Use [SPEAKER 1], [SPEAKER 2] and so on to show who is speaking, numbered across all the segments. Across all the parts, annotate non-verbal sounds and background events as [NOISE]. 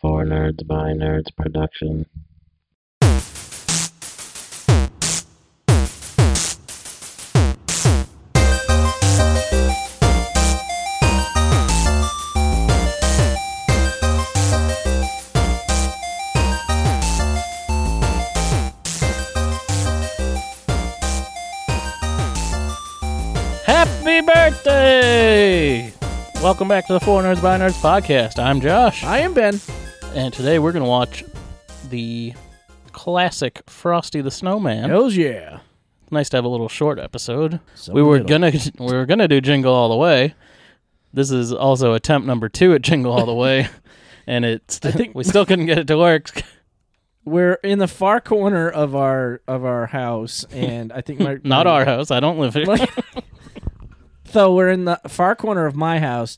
[SPEAKER 1] For Nerds by Nerds production.
[SPEAKER 2] Happy birthday! Welcome back to the Four Nerds by Nerds podcast. I'm Josh,
[SPEAKER 3] I am Ben.
[SPEAKER 2] and today we're going to watch the classic Frosty the Snowman.
[SPEAKER 3] Hells yeah.
[SPEAKER 2] Nice to have a little short episode.
[SPEAKER 3] So
[SPEAKER 2] we were
[SPEAKER 3] little.
[SPEAKER 2] gonna [LAUGHS] we were gonna do Jingle All the Way. This is also attempt number two at Jingle All the
[SPEAKER 3] [LAUGHS]
[SPEAKER 2] Way, and it's
[SPEAKER 3] I think-
[SPEAKER 2] we still couldn't get it to
[SPEAKER 3] [LAUGHS]
[SPEAKER 2] work.
[SPEAKER 3] We're in the far corner of our of our house, and I
[SPEAKER 2] [LAUGHS]
[SPEAKER 3] think my
[SPEAKER 2] Not our house. I don't live here.
[SPEAKER 3] So we're in the far corner of my house,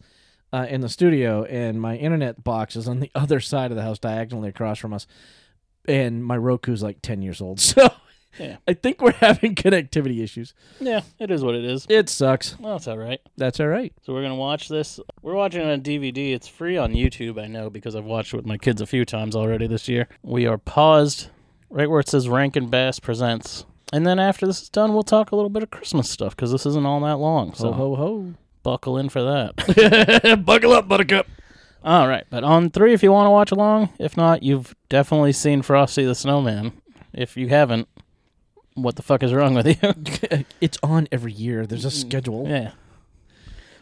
[SPEAKER 3] uh, in the studio, and my internet box is on the [LAUGHS] other side of the house, diagonally across from us, and my Roku's like ten years old, [LAUGHS] so
[SPEAKER 2] Yeah.
[SPEAKER 3] I think we're having [LAUGHS] connectivity issues.
[SPEAKER 2] [LAUGHS] yeah, it is what it is.
[SPEAKER 3] It sucks.
[SPEAKER 2] Well, it's all right.
[SPEAKER 3] That's all right.
[SPEAKER 2] So we're gonna watch this. We're watching it on DVD. It's free on YouTube. I know because I've watched it with my kids a few times already this year. We are paused right where it says Rankin Bass presents, and then after this is done, we'll talk a little bit of Christmas stuff because this isn't all that long. So
[SPEAKER 3] Ho ho ho.
[SPEAKER 2] buckle in for that. buckle up, Buttercup. All right, but on three, if you want to watch along. If not, you've definitely seen Frosty the Snowman. If you haven't, what the fuck is wrong with you?
[SPEAKER 3] [LAUGHS]
[SPEAKER 2] [LAUGHS]
[SPEAKER 3] It's on every year. There's a schedule.
[SPEAKER 2] Yeah.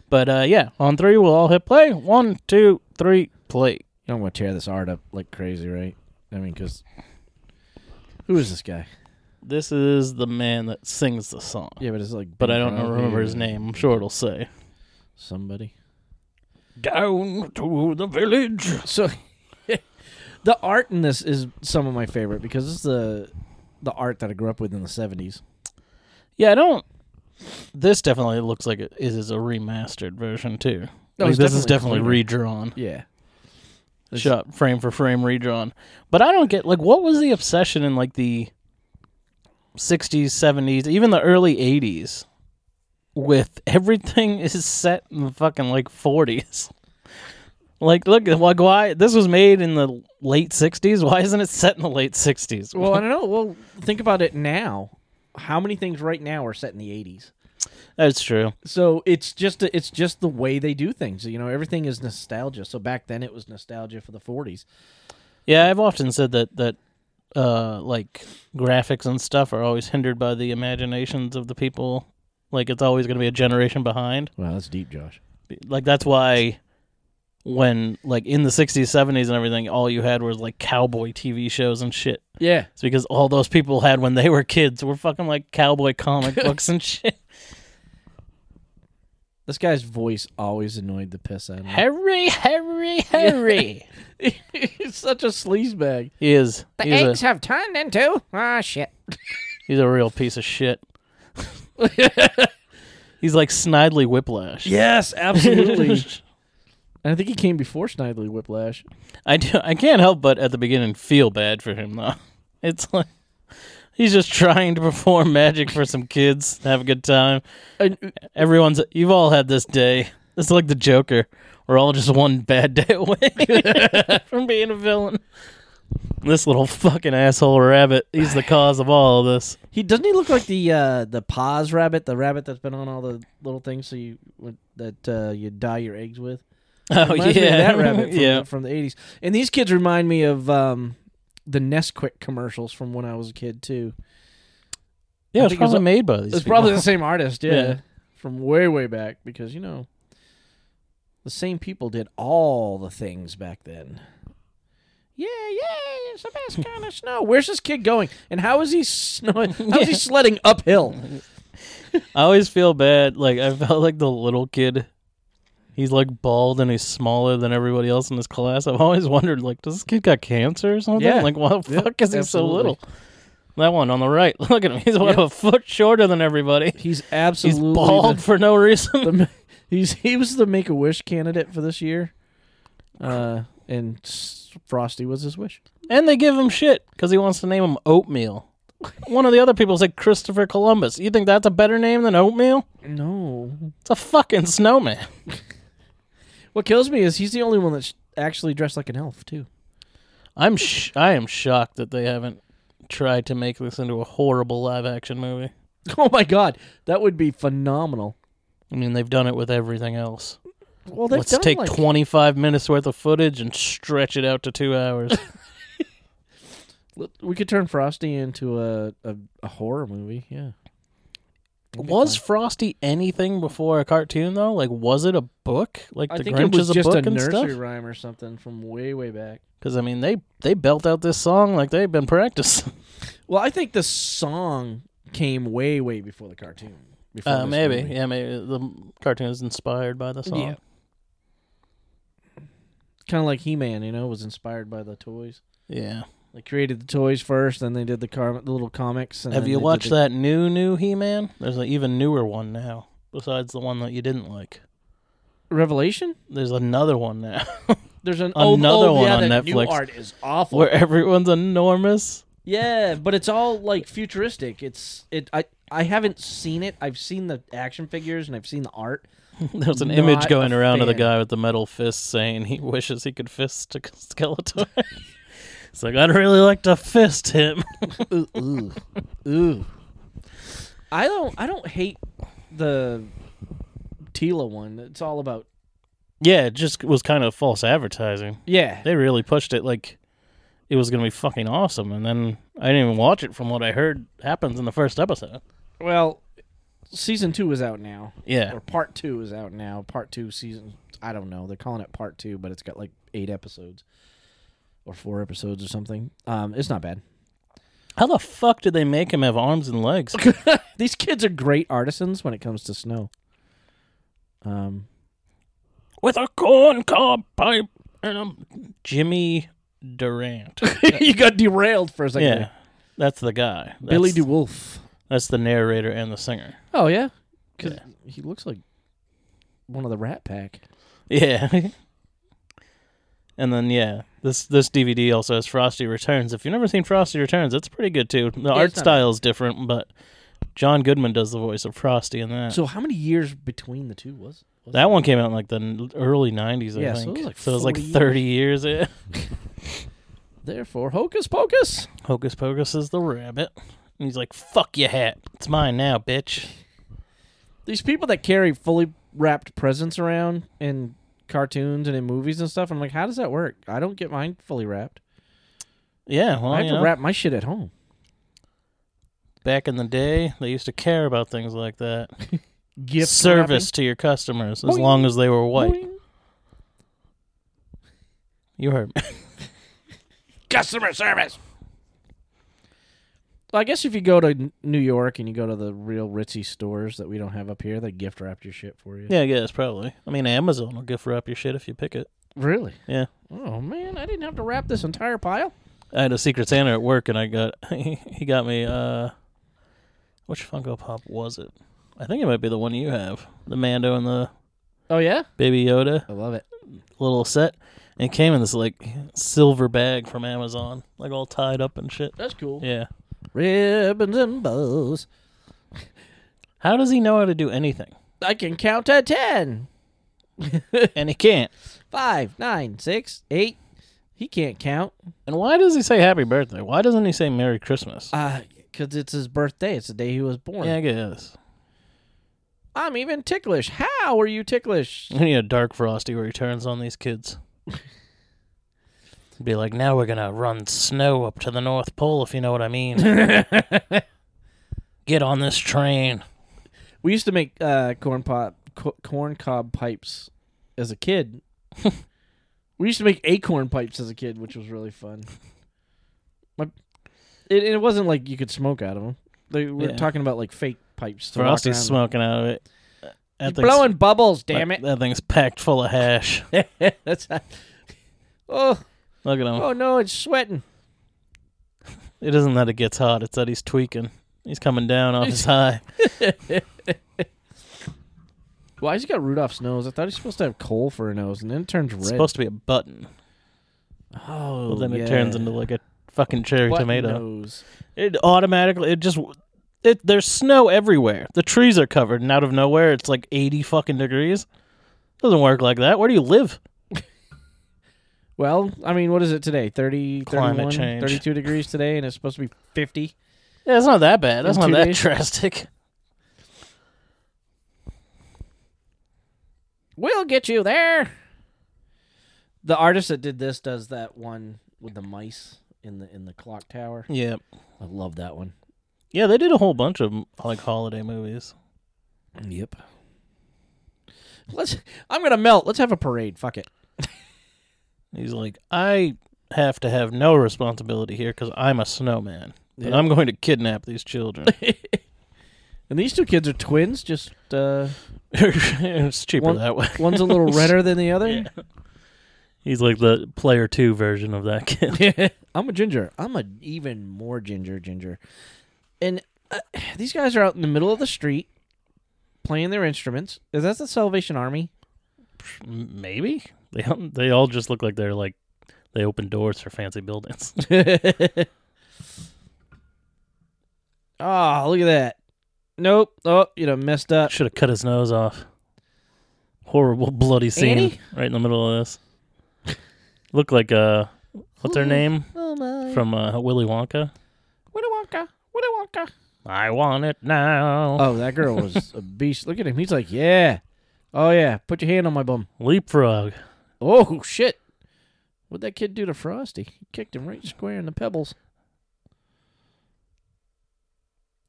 [SPEAKER 2] But uh, yeah, on three we'll all hit play. One, two, three, play.
[SPEAKER 3] You don't want to tear this art up like crazy, right? I mean, because who is this guy?
[SPEAKER 2] This is the man that sings the song.
[SPEAKER 3] Yeah, but it's like.
[SPEAKER 2] But
[SPEAKER 3] Ben
[SPEAKER 2] I don't
[SPEAKER 3] Crosby
[SPEAKER 2] remember his
[SPEAKER 3] or
[SPEAKER 2] name. I'm sure it'll say.
[SPEAKER 3] Somebody.
[SPEAKER 2] Down to the village.
[SPEAKER 3] So, [LAUGHS] the art in this is some of my favorite because it's the the art that I grew up with in the seventies.
[SPEAKER 2] Yeah, I don't. This definitely looks like it is is a remastered version too.
[SPEAKER 3] No,
[SPEAKER 2] Like,
[SPEAKER 3] it's
[SPEAKER 2] this is definitely
[SPEAKER 3] definitely cleaner.
[SPEAKER 2] redrawn,
[SPEAKER 3] Yeah. It's-
[SPEAKER 2] shot frame for frame redrawn. But I don't get like what was the obsession in like the '60s, '70s, even the early '80s with everything [LAUGHS] is set in the fucking like '40s. [LAUGHS] Like, look, like why this was made in the late '60s? Why isn't it set in the late '60s?
[SPEAKER 3] Well, I don't know. Well, think about it now. How many things right now are set in the eighties?
[SPEAKER 2] that's true.
[SPEAKER 3] So it's just it's just the way they do things. You know, everything is nostalgia. So back then it was nostalgia for the forties.
[SPEAKER 2] Yeah, I've often said that that uh like graphics and stuff are always hindered by the imaginations of the people. Like it's always going to be a generation behind.
[SPEAKER 3] Wow, that's deep, Josh.
[SPEAKER 2] Like that's why when like in the 60s, 70s and everything all you had was like cowboy TV shows and shit.
[SPEAKER 3] Yeah.
[SPEAKER 2] It's because all those people had when they were kids were fucking like cowboy [LAUGHS] comic books and shit.
[SPEAKER 3] This guy's voice always annoyed the piss out of me.
[SPEAKER 2] Harry, Harry, Harry.
[SPEAKER 3] [LAUGHS] he's such a sleazebag.
[SPEAKER 2] [LAUGHS] he is. He's a,
[SPEAKER 3] have turned into ah shit.
[SPEAKER 2] he's a real piece of [LAUGHS] shit. he's like Snidely Whiplash.
[SPEAKER 3] Yes, absolutely. and I think he came before Snidely Whiplash.
[SPEAKER 2] [LAUGHS] I do. I can't help but at the beginning feel bad for him though. [LAUGHS] It's like he's just trying to perform magic for some kids, have a good time.
[SPEAKER 3] And, uh,
[SPEAKER 2] Everyone's you've all had this day. This is like the Joker. We're all just one bad [LAUGHS] day away from being a villain. This little fucking asshole rabbit. He's the cause of all of this.
[SPEAKER 3] [LAUGHS] he doesn't he look like the uh, the Paws rabbit, the rabbit that's been on all the little things so you that uh, you dye your eggs with.
[SPEAKER 2] Oh
[SPEAKER 3] Reminds me
[SPEAKER 2] yeah,
[SPEAKER 3] of that rabbit
[SPEAKER 2] [LAUGHS]
[SPEAKER 3] from,
[SPEAKER 2] yeah.
[SPEAKER 3] from the eighties. And these kids remind me of um, the Nesquik commercials from when I was a kid too.
[SPEAKER 2] Yeah,
[SPEAKER 3] I
[SPEAKER 2] it's
[SPEAKER 3] think it was
[SPEAKER 2] probably
[SPEAKER 3] a-
[SPEAKER 2] made by these.
[SPEAKER 3] It's
[SPEAKER 2] people.
[SPEAKER 3] probably the same artist, yeah,
[SPEAKER 2] Yeah.
[SPEAKER 3] from way way back because you know the same people did all the things back then. Yeah, yeah, it's the best kind of snow. Where's this kid going? And how is he snowing? How
[SPEAKER 2] [LAUGHS]
[SPEAKER 3] is he sledding uphill?
[SPEAKER 2] I always feel bad. Like I felt like the little kid. He's like bald and he's smaller than everybody else in his class. I've always wondered, like, does this kid got cancer or something?
[SPEAKER 3] Yeah.
[SPEAKER 2] Like, why the
[SPEAKER 3] Yeah,
[SPEAKER 2] fuck is he so
[SPEAKER 3] absolutely.
[SPEAKER 2] little? That one on the right. [LAUGHS] Look at him. He's what,
[SPEAKER 3] Yeah.
[SPEAKER 2] a foot shorter than everybody.
[SPEAKER 3] He's
[SPEAKER 2] He's
[SPEAKER 3] absolutely
[SPEAKER 2] bald
[SPEAKER 3] The,
[SPEAKER 2] for no reason.
[SPEAKER 3] [LAUGHS] the- he's he was the Make a Wish candidate for this year, uh, and S- Frosty was his wish.
[SPEAKER 2] [LAUGHS] and they give him shit because he wants to name him Oatmeal. One of the other people said Christopher Columbus. You think that's a better name than Oatmeal?
[SPEAKER 3] No,
[SPEAKER 2] It's a fucking snowman.
[SPEAKER 3] what kills me is he's the only one that's actually dressed like an elf too.
[SPEAKER 2] I'm sh- I am shocked that they haven't tried to make this into a horrible live action movie.
[SPEAKER 3] [LAUGHS] Oh my god, that would be phenomenal.
[SPEAKER 2] I mean, they've done it with everything else.
[SPEAKER 3] Well, they've
[SPEAKER 2] Let's
[SPEAKER 3] done
[SPEAKER 2] take
[SPEAKER 3] like,
[SPEAKER 2] 25 minutes worth of footage and stretch it out to two
[SPEAKER 3] [LAUGHS]
[SPEAKER 2] hours.
[SPEAKER 3] We could turn Frosty into a, a, a horror movie. Yeah. That'd be
[SPEAKER 2] was
[SPEAKER 3] fun.
[SPEAKER 2] Frosty anything before a cartoon though? Like, was it a book? Like
[SPEAKER 3] I
[SPEAKER 2] the
[SPEAKER 3] think
[SPEAKER 2] Grinch
[SPEAKER 3] it was
[SPEAKER 2] is a
[SPEAKER 3] just
[SPEAKER 2] book
[SPEAKER 3] a
[SPEAKER 2] and
[SPEAKER 3] nursery
[SPEAKER 2] stuff.
[SPEAKER 3] rhyme or something from way way back.
[SPEAKER 2] Because I mean, they they belt out this song like they've been
[SPEAKER 3] [LAUGHS]
[SPEAKER 2] practicing.
[SPEAKER 3] Well, I think the song came way way before the cartoon. Before
[SPEAKER 2] Uh,
[SPEAKER 3] this
[SPEAKER 2] maybe,
[SPEAKER 3] movie.
[SPEAKER 2] yeah, maybe the cartoon is inspired by the song.
[SPEAKER 3] Yeah. Kind of like He Man, you know, was inspired by the toys.
[SPEAKER 2] Yeah.
[SPEAKER 3] They created the toys first, then they did the, car- the little comics. And
[SPEAKER 2] Have
[SPEAKER 3] then
[SPEAKER 2] you
[SPEAKER 3] they did
[SPEAKER 2] watched
[SPEAKER 3] the-
[SPEAKER 2] that new new He Man? There's an even newer one now, besides the one that you didn't like.
[SPEAKER 3] Revelation?
[SPEAKER 2] There's another one now [LAUGHS]
[SPEAKER 3] There's an
[SPEAKER 2] Another
[SPEAKER 3] oh, oh,
[SPEAKER 2] one
[SPEAKER 3] yeah,
[SPEAKER 2] on
[SPEAKER 3] that New
[SPEAKER 2] Netflix.
[SPEAKER 3] art is awful.
[SPEAKER 2] where everyone's enormous. [LAUGHS]
[SPEAKER 3] Yeah, but it's all like futuristic. It's it. I I haven't seen it. I've seen the action figures and I've seen the art.
[SPEAKER 2] There's an
[SPEAKER 3] Not
[SPEAKER 2] image going
[SPEAKER 3] a
[SPEAKER 2] around of the
[SPEAKER 3] fan.
[SPEAKER 2] guy with the metal fist saying he wishes he could fist [LAUGHS] to Skeletor. it's like I'd really like to fist him. [LAUGHS]
[SPEAKER 3] ooh, ooh, ooh. I don't. I don't hate the Tila one. It's all about
[SPEAKER 2] yeah, it just was kind of false advertising.
[SPEAKER 3] yeah.
[SPEAKER 2] They really pushed it like it was gonna be fucking awesome, and then I didn't even watch it from what I heard happens in the first episode.
[SPEAKER 3] Well, season two is out now,
[SPEAKER 2] Yeah,
[SPEAKER 3] or part two is out now. Part two season. I don't know. They're calling it part two, but it's got like eight episodes or four episodes or something. Um, it's not bad.
[SPEAKER 2] how the fuck did they make him have arms and legs?
[SPEAKER 3] These kids are great artisans when it comes to snow. Um,
[SPEAKER 2] [LAUGHS]
[SPEAKER 3] [LAUGHS]
[SPEAKER 2] with a corn cob pipe and a Jimmy Durant.
[SPEAKER 3] you got derailed for a second.
[SPEAKER 2] yeah,
[SPEAKER 3] there.
[SPEAKER 2] that's the guy. That's,
[SPEAKER 3] Billy DeWolf.
[SPEAKER 2] That's the narrator and the singer.
[SPEAKER 3] Oh yeah, because he looks like one of the Rat Pack.
[SPEAKER 2] Yeah. [LAUGHS] and then yeah, this this DVD also has Frosty Returns. If you've never seen Frosty Returns, it's pretty good too. The art
[SPEAKER 3] it's not
[SPEAKER 2] style is different, but John Goodman does the voice of Frosty in that.
[SPEAKER 3] So how many years between the two was? was
[SPEAKER 2] that one came out in like the n- early '90s, I
[SPEAKER 3] Yeah, so it
[SPEAKER 2] think.
[SPEAKER 3] was like
[SPEAKER 2] so it was like
[SPEAKER 3] 40
[SPEAKER 2] 30 years. yeah.
[SPEAKER 3] Therefore, Hocus Pocus.
[SPEAKER 2] [LAUGHS] Hocus Pocus is the rabbit, and he's like, "Fuck your hat, it's mine now, bitch."
[SPEAKER 3] These people that carry fully wrapped presents around in cartoons and in movies and stuff. I'm like, how does that work? I don't get mine fully wrapped.
[SPEAKER 2] Yeah, well,
[SPEAKER 3] I have
[SPEAKER 2] you
[SPEAKER 3] to
[SPEAKER 2] know,
[SPEAKER 3] wrap my shit at home.
[SPEAKER 2] back in the day, they used to care about things like that.
[SPEAKER 3] Gift
[SPEAKER 2] Service to your customers, as
[SPEAKER 3] Boing.
[SPEAKER 2] long as they were
[SPEAKER 3] wrapping.
[SPEAKER 2] white. You heard me.
[SPEAKER 3] customer service. Well, I guess if you go to N- New York and you go to the real ritzy stores that we don't have up here, they gift wrap your shit for you.
[SPEAKER 2] [LAUGHS] Yeah, I guess probably. I mean, Amazon will gift wrap your shit if you pick it.
[SPEAKER 3] Really?
[SPEAKER 2] Yeah.
[SPEAKER 3] Oh man, I didn't have to wrap this entire pile.
[SPEAKER 2] I had a Secret Santa at work, and I got [LAUGHS] he got me uh, which Funko Pop was it? I think it might be the one you have, the Mando and the
[SPEAKER 3] Oh yeah,
[SPEAKER 2] Baby Yoda
[SPEAKER 3] I love it.
[SPEAKER 2] little set. And it came in this like silver bag from Amazon, like all tied up and shit.
[SPEAKER 3] That's cool.
[SPEAKER 2] Yeah.
[SPEAKER 3] Ribbons and bows.
[SPEAKER 2] How does he know how to do anything?
[SPEAKER 3] I can count to ten.
[SPEAKER 2] And he can't.
[SPEAKER 3] Five, nine, six, eight. He can't count.
[SPEAKER 2] And why does he say happy birthday? Why doesn't he say Merry Christmas?
[SPEAKER 3] Uh, cause it's his birthday. It's the day he was born.
[SPEAKER 2] yeah, I guess.
[SPEAKER 3] I'm even ticklish. How are you [LAUGHS] ticklish?
[SPEAKER 2] We need a dark frosty where he turns on these kids.
[SPEAKER 3] [LAUGHS]
[SPEAKER 2] Be like, now we're gonna run snow up to the North Pole, if you know what I
[SPEAKER 3] [LAUGHS]
[SPEAKER 2] mean. Get on this train.
[SPEAKER 3] We used to make uh, corn pop, co- corn cob pipes as
[SPEAKER 2] [LAUGHS]
[SPEAKER 3] a kid. we used to make acorn pipes as a kid, which was really fun. My, it, it wasn't like you could smoke out of them. They were
[SPEAKER 2] Yeah.
[SPEAKER 3] talking about like fake pipes. To walk
[SPEAKER 2] Frosty's
[SPEAKER 3] around.
[SPEAKER 2] smoking out of it.
[SPEAKER 3] You're
[SPEAKER 2] That thing's-
[SPEAKER 3] blowing bubbles, damn
[SPEAKER 2] that-
[SPEAKER 3] it!
[SPEAKER 2] That thing's packed full of hash.
[SPEAKER 3] [LAUGHS] That's oh
[SPEAKER 2] Look at him.
[SPEAKER 3] oh no, it's sweating.
[SPEAKER 2] It isn't that it gets hot, it's that he's tweaking. He's coming down off his
[SPEAKER 3] [LAUGHS]
[SPEAKER 2] high.
[SPEAKER 3] Why has he got Rudolph's nose? I thought he's supposed to have coal for a nose, and then it turns red.
[SPEAKER 2] It's supposed to be a button.
[SPEAKER 3] oh,
[SPEAKER 2] But then it turns into like a fucking cherry
[SPEAKER 3] What
[SPEAKER 2] tomato.
[SPEAKER 3] nose?
[SPEAKER 2] It automatically it just it there's snow everywhere. The trees are covered and out of nowhere it's like 80 fucking degrees. Doesn't work like that. Where do you live?
[SPEAKER 3] Well, I mean, what is it today? 30,
[SPEAKER 2] Climate
[SPEAKER 3] 31,
[SPEAKER 2] change.
[SPEAKER 3] 32 degrees today, and it's supposed to be 50.
[SPEAKER 2] Yeah, it's not that bad. That's
[SPEAKER 3] In
[SPEAKER 2] not
[SPEAKER 3] two
[SPEAKER 2] that
[SPEAKER 3] days? [LAUGHS]
[SPEAKER 2] drastic.
[SPEAKER 3] We'll get you there. The artist that did this does that one with the mice in the in the clock tower.
[SPEAKER 2] Yeah.
[SPEAKER 3] I love that one.
[SPEAKER 2] Yeah, they did a whole bunch of like holiday movies.
[SPEAKER 3] Yep. Let's. I'm gonna melt. Let's have a parade. Fuck it. [LAUGHS]
[SPEAKER 2] He's like, I have to have no responsibility here because I'm a snowman, and
[SPEAKER 3] Yeah.
[SPEAKER 2] I'm going to kidnap these children.
[SPEAKER 3] And these two kids are twins. Just uh,
[SPEAKER 2] [LAUGHS] it's cheaper
[SPEAKER 3] One-
[SPEAKER 2] that way.
[SPEAKER 3] one's a [LAUGHS] little redder than the other.
[SPEAKER 2] He's like the player two version of that [LAUGHS] kid.
[SPEAKER 3] [LAUGHS] I'm a ginger. I'm a even more ginger ginger. And uh, [SIGHS] these guys are out in the middle of the street playing their instruments. Is that the Salvation [LAUGHS] Army?
[SPEAKER 2] Maybe they all- they all just look like they're like they open doors for fancy buildings. [LAUGHS]
[SPEAKER 3] Oh, look at that. Nope. Oh, you know, messed up.
[SPEAKER 2] Should have cut his nose off. Horrible bloody scene
[SPEAKER 3] Annie?
[SPEAKER 2] right in the middle of this. Look like uh, what's her
[SPEAKER 3] Ooh.
[SPEAKER 2] name
[SPEAKER 3] Oh my.
[SPEAKER 2] from uh, Willy Wonka?
[SPEAKER 3] Willy Wonka. Willy Wonka.
[SPEAKER 2] I want it now.
[SPEAKER 3] Oh, that girl was a beast. Look at him. He's like, yeah. Oh yeah. Put your hand on my bum.
[SPEAKER 2] Leapfrog.
[SPEAKER 3] Oh shit! What'd that kid do to Frosty? He kicked him right square in the pebbles.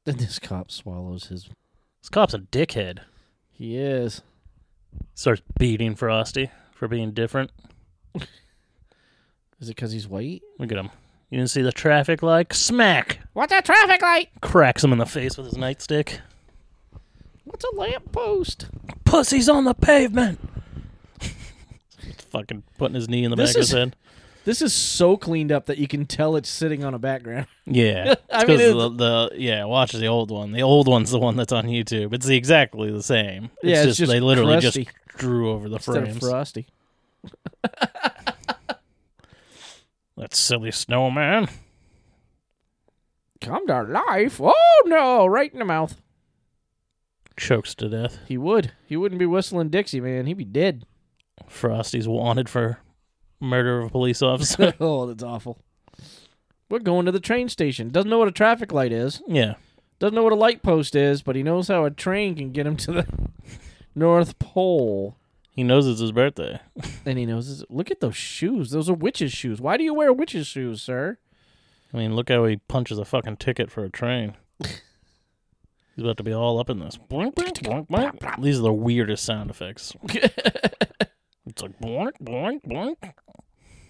[SPEAKER 3] Then this cop swallows his.
[SPEAKER 2] This cop's a dickhead.
[SPEAKER 3] He is.
[SPEAKER 2] Starts beating Frosty for being different.
[SPEAKER 3] Is it because he's white?
[SPEAKER 2] Look at him. You didn't see the traffic light? Smack!
[SPEAKER 3] What's a traffic light?
[SPEAKER 2] Cracks him in the face with his nightstick.
[SPEAKER 3] What's a lamppost?
[SPEAKER 2] Pussy's on the pavement! [LAUGHS] Fucking putting his knee in the
[SPEAKER 3] This
[SPEAKER 2] back of his
[SPEAKER 3] is-
[SPEAKER 2] head.
[SPEAKER 3] This is so cleaned up that you can tell it's sitting on a background.
[SPEAKER 2] [LAUGHS]
[SPEAKER 3] [LAUGHS]
[SPEAKER 2] Yeah,
[SPEAKER 3] I
[SPEAKER 2] [LAUGHS] I
[SPEAKER 3] mean,
[SPEAKER 2] the, the yeah, watch the old one. The old one's the one that's on YouTube. It's exactly the same. It's
[SPEAKER 3] Yeah, it's
[SPEAKER 2] just,
[SPEAKER 3] just
[SPEAKER 2] they literally
[SPEAKER 3] crusty.
[SPEAKER 2] just drew over the
[SPEAKER 3] Instead of
[SPEAKER 2] frames.
[SPEAKER 3] Frosty.
[SPEAKER 2] that silly snowman.
[SPEAKER 3] Come to life. Oh no! Right in the mouth.
[SPEAKER 2] Chokes to death.
[SPEAKER 3] He would. He wouldn't be whistling Dixie, man. He'd be dead. [LAUGHS]
[SPEAKER 2] Frosty's wanted for murder of a police officer. [LAUGHS]
[SPEAKER 3] oh, that's awful. We're going to the train station. Doesn't know what a traffic light is.
[SPEAKER 2] yeah.
[SPEAKER 3] Doesn't know what a light post is, but he knows how a train can get him to the [LAUGHS] North Pole.
[SPEAKER 2] He knows it's his birthday.
[SPEAKER 3] And he knows. His, look at those shoes. Those are witches' shoes. Why do you wear witches' shoes, sir? [LAUGHS]
[SPEAKER 2] I mean, look how he punches a fucking ticket for a [LAUGHS] train. He's about to be all up in this. Boink, boink, boink, boink. These are the weirdest sound effects. It's like boink, boink, boink.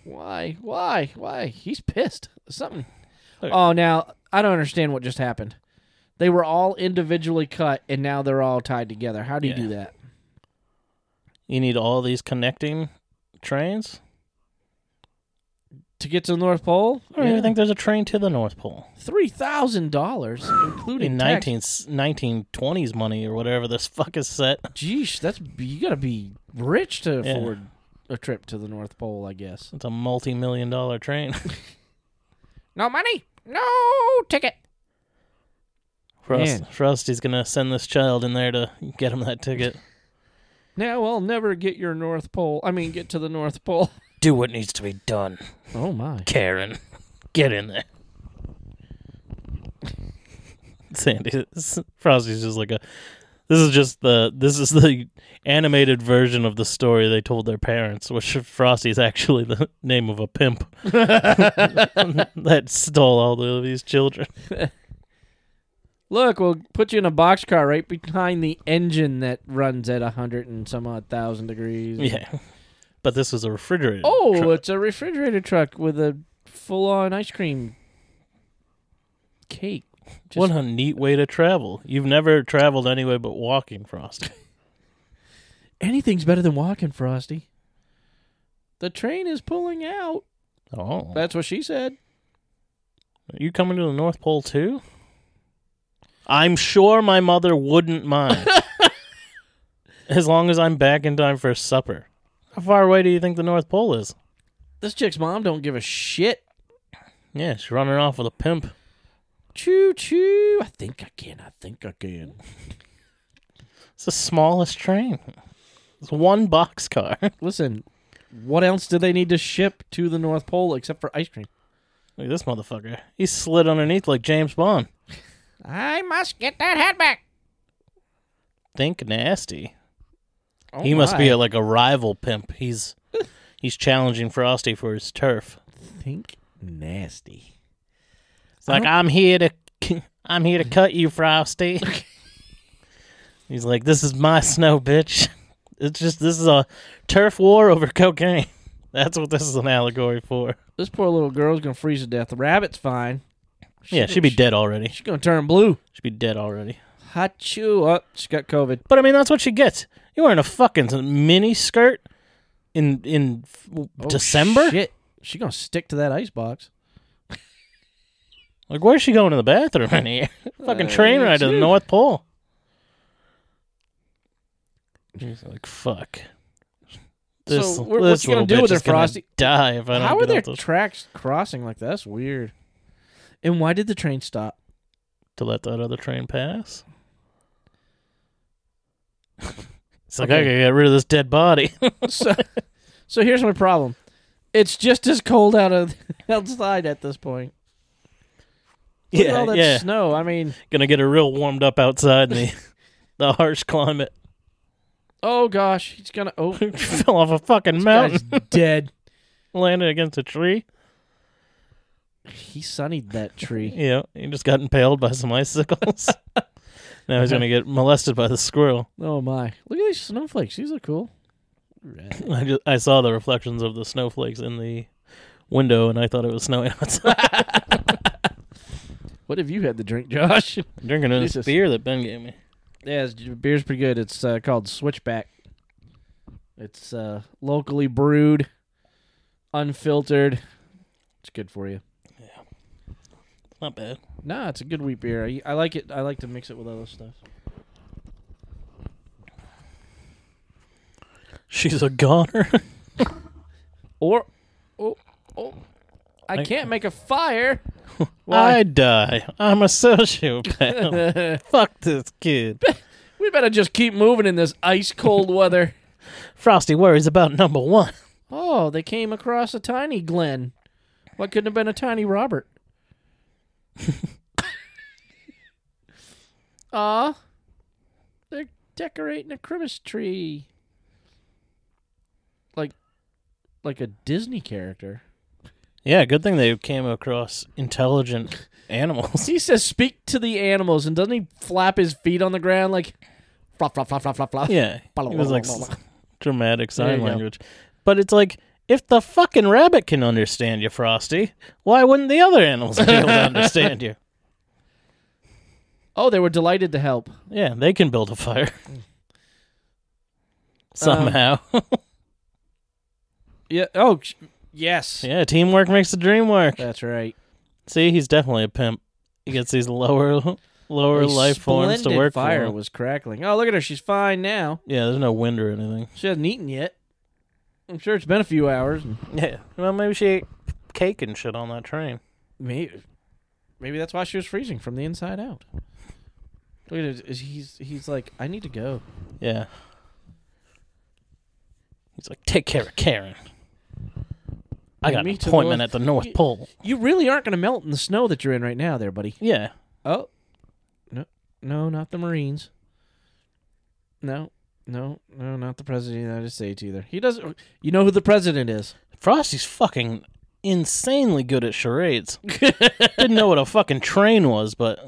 [SPEAKER 3] Why? Why? Why? He's pissed. Something.
[SPEAKER 2] Look.
[SPEAKER 3] Oh, now I don't understand what just happened. They were all individually cut, and now they're all tied together. How do you
[SPEAKER 2] Yeah.
[SPEAKER 3] do that?
[SPEAKER 2] You need all these connecting trains?
[SPEAKER 3] To get to the North Pole,
[SPEAKER 2] I don't even think there's a train to the North Pole.
[SPEAKER 3] three thousand dollars, including
[SPEAKER 2] In
[SPEAKER 3] tax.
[SPEAKER 2] 19, 1920s money or whatever this [LAUGHS] fuck is set.
[SPEAKER 3] Geesh, that's you gotta be rich to
[SPEAKER 2] Yeah.
[SPEAKER 3] afford a trip to the North Pole, I guess.
[SPEAKER 2] It's a multi million dollar train. [LAUGHS]
[SPEAKER 3] No money. No ticket.
[SPEAKER 2] Frost,
[SPEAKER 3] Man.
[SPEAKER 2] Frosty's going to send this child in there to get him that ticket.
[SPEAKER 3] Now I'll never get your North Pole. I mean, get to the North Pole. [LAUGHS]
[SPEAKER 2] Do what needs to be done,
[SPEAKER 3] Oh my.
[SPEAKER 2] Karen. [LAUGHS] Get in there. Sandy, Frosty's just like a. This is just the this is the animated version of the story they told their parents, which Frosty's actually the name of a [LAUGHS] pimp that stole all of these children. [LAUGHS]
[SPEAKER 3] Look, we'll put you in a boxcar right behind the engine that runs at a hundred and some odd thousand degrees.
[SPEAKER 2] Yeah, but this was a refrigerator.
[SPEAKER 3] Oh, it's a refrigerator truck with a full-on ice cream cake. just-
[SPEAKER 2] what a neat way to travel! You've never traveled anyway but walking, Frosty.
[SPEAKER 3] Anything's better than walking, Frosty. The train is pulling out.
[SPEAKER 2] Oh,
[SPEAKER 3] That's what she said.
[SPEAKER 2] Are you coming to the North Pole too? I'm sure my mother wouldn't
[SPEAKER 3] [LAUGHS]
[SPEAKER 2] mind. as long as I'm back in time for supper. How far away do you think the North Pole is?
[SPEAKER 3] This chick's mom don't give a shit.
[SPEAKER 2] Yeah, she's running off with a pimp.
[SPEAKER 3] Choo choo. I think I can. I think I can.
[SPEAKER 2] It's the smallest train. It's one boxcar.
[SPEAKER 3] Listen, What else do they need to ship to the North Pole except for ice cream?
[SPEAKER 2] [LAUGHS] Look at this motherfucker. He slid underneath like James Bond.
[SPEAKER 3] I must get that hat back.
[SPEAKER 2] Think nasty.
[SPEAKER 3] Oh
[SPEAKER 2] he must be
[SPEAKER 3] my.
[SPEAKER 2] a, like a rival pimp. He's he's challenging Frosty for his turf.
[SPEAKER 3] think nasty.
[SPEAKER 2] It's like
[SPEAKER 3] Uh-huh.
[SPEAKER 2] I'm here to I'm here to cut you,
[SPEAKER 3] [LAUGHS]
[SPEAKER 2] Frosty. He's like, this is my snow, bitch. [LAUGHS] It's just this is a turf war over cocaine. [LAUGHS] That's what this is an allegory for.
[SPEAKER 3] This poor little girl's gonna freeze to death. The rabbit's fine.
[SPEAKER 2] Yeah, she'd be dead already.
[SPEAKER 3] She's gonna turn blue.
[SPEAKER 2] She'd be dead already.
[SPEAKER 3] Hachu. Oh, she got COVID.
[SPEAKER 2] But I mean, that's what she gets. You're wearing a fucking mini skirt in in f-
[SPEAKER 3] Oh,
[SPEAKER 2] December.
[SPEAKER 3] Shit. She gonna stick to that ice box.
[SPEAKER 2] Like, where's she going to the bathroom in here? [LAUGHS]
[SPEAKER 3] Uh,
[SPEAKER 2] fucking train ride to the North Pole. She's like, fuck. This,
[SPEAKER 3] So, what- what
[SPEAKER 2] this
[SPEAKER 3] you gonna
[SPEAKER 2] little bitch
[SPEAKER 3] do with her,
[SPEAKER 2] is gonna
[SPEAKER 3] Frosty?
[SPEAKER 2] Die if I don't
[SPEAKER 3] How are
[SPEAKER 2] get
[SPEAKER 3] their
[SPEAKER 2] off this-
[SPEAKER 3] tracks crossing like that? That's weird. And why did the train stop?
[SPEAKER 2] to let that other train [LAUGHS] pass. it's like I gotta
[SPEAKER 3] Okay.
[SPEAKER 2] get rid of this dead body. [LAUGHS]
[SPEAKER 3] so, so here's my problem. It's just as cold out of [LAUGHS] outside at this point. Look at all that
[SPEAKER 2] yeah.
[SPEAKER 3] snow. I mean,
[SPEAKER 2] Gonna get her real warmed up outside in
[SPEAKER 3] [LAUGHS]
[SPEAKER 2] the the harsh climate. [LAUGHS]
[SPEAKER 3] oh gosh, he's gonna. Oh, this
[SPEAKER 2] Fell off a fucking
[SPEAKER 3] guy's
[SPEAKER 2] mountain,
[SPEAKER 3] dead.
[SPEAKER 2] landed against a tree.
[SPEAKER 3] He sunnied that tree.
[SPEAKER 2] [LAUGHS] Yeah, he just got impaled by some icicles. [LAUGHS] now he's gonna get molested by the squirrel.
[SPEAKER 3] Oh my! Look at these snowflakes. These are cool. Right.
[SPEAKER 2] I just I saw the reflections of the snowflakes in the window, and I thought it was snowing [LAUGHS] outside.
[SPEAKER 3] What have you had to drink, Josh? [LAUGHS]
[SPEAKER 2] Drinking this
[SPEAKER 3] Jesus.
[SPEAKER 2] beer that Ben gave me.
[SPEAKER 3] yeah, it's, beer's pretty good. It's uh, called Switchback. It's uh, locally brewed, unfiltered. It's good for you.
[SPEAKER 2] Not bad.
[SPEAKER 3] No, it's a good wheat beer. I, I like it. I like to mix it with other stuff.
[SPEAKER 2] She's a goner.
[SPEAKER 3] Or, oh, oh, I
[SPEAKER 2] I-
[SPEAKER 3] can't make a fire. [LAUGHS]
[SPEAKER 2] I die. I'm a [LAUGHS] sociopath.
[SPEAKER 3] we
[SPEAKER 2] Fuck this kid.
[SPEAKER 3] better just keep moving in this ice cold weather.
[SPEAKER 2] Frosty worries about number one.
[SPEAKER 3] Oh, they came across a tiny Glen. Why couldn't have been a tiny Robert? [LAUGHS] Ah, they're decorating a Christmas tree. Like, like a Disney character.
[SPEAKER 2] Yeah, good thing they came across intelligent [LAUGHS] animals.
[SPEAKER 3] He says, "Speak to the animals," and doesn't he flap his feet on the ground like, flop, flop, flop, flop, flop, flop?
[SPEAKER 2] Yeah, it was [LAUGHS] like s- dramatic
[SPEAKER 3] There you
[SPEAKER 2] sign
[SPEAKER 3] go.
[SPEAKER 2] language. But it's like if the fucking rabbit can understand you, Frosty, why wouldn't the other animals be [LAUGHS] able to understand you?
[SPEAKER 3] Oh, they were delighted to help.
[SPEAKER 2] Yeah, they can build a fire. Somehow.
[SPEAKER 3] Yeah. Oh, sh- yes.
[SPEAKER 2] [LAUGHS] yeah, teamwork makes the dream work.
[SPEAKER 3] That's right.
[SPEAKER 2] See, he's definitely a pimp. He gets these lower [LAUGHS] lower
[SPEAKER 3] A
[SPEAKER 2] life forms to
[SPEAKER 3] splendid
[SPEAKER 2] work
[SPEAKER 3] Fire
[SPEAKER 2] for. him.
[SPEAKER 3] was crackling. Oh, look at her. She's fine now.
[SPEAKER 2] Yeah, there's no wind or anything.
[SPEAKER 3] She hasn't eaten yet. I'm sure it's been a few hours. and
[SPEAKER 2] Yeah. Well, maybe she ate cake and shit on that train.
[SPEAKER 3] Maybe, maybe that's why she was freezing from the inside out. Look at it. He's he's like, I need to go.
[SPEAKER 2] Yeah. He's like, take care of Karen. I
[SPEAKER 3] And
[SPEAKER 2] got an
[SPEAKER 3] me to the
[SPEAKER 2] appointment
[SPEAKER 3] North-
[SPEAKER 2] at the North Pole.
[SPEAKER 3] You really aren't going to melt in the snow that you're in right now, there, buddy.
[SPEAKER 2] Yeah.
[SPEAKER 3] Oh, no, no, not the Marines. No, no, no, not the President of the United States either. He doesn't. You know who the President is?
[SPEAKER 2] Frosty's fucking insanely good at [LAUGHS] charades. Didn't know what a fucking train was, but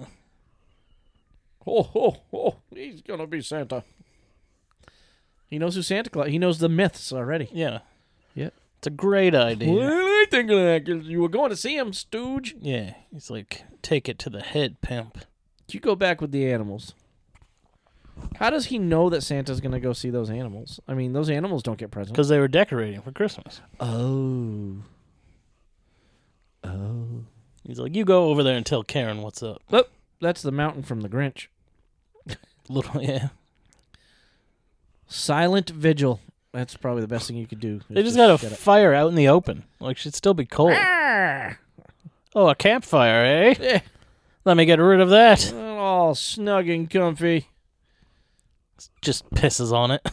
[SPEAKER 3] Oh, oh, oh! He's gonna be Santa. He knows who Santa Claus. He knows the myths already.
[SPEAKER 2] yeah.
[SPEAKER 3] Yep.
[SPEAKER 2] It's a great idea.
[SPEAKER 3] I think of that? 'Cause you were going to see him, Stooge.
[SPEAKER 2] Yeah. He's like, take it to the head, pimp.
[SPEAKER 3] You go back with the animals. How does he know that Santa's gonna go see those animals? I mean, those animals don't get presents.
[SPEAKER 2] Because they were decorating for Christmas.
[SPEAKER 3] Oh. Oh.
[SPEAKER 2] He's like, you go over there and tell Karen what's up. [LAUGHS]
[SPEAKER 3] Oh, that's the mountain from the Grinch.
[SPEAKER 2] Little, yeah.
[SPEAKER 3] Silent Vigil. That's probably the best thing you could do. is
[SPEAKER 2] They just got a
[SPEAKER 3] shut up.
[SPEAKER 2] fire out in the open. Like, she'd still be cold.
[SPEAKER 3] Ah. Arr!
[SPEAKER 2] Oh, a campfire, eh?
[SPEAKER 3] Yeah.
[SPEAKER 2] Let me get rid of that.
[SPEAKER 3] all snug and comfy.
[SPEAKER 2] Just pisses on it.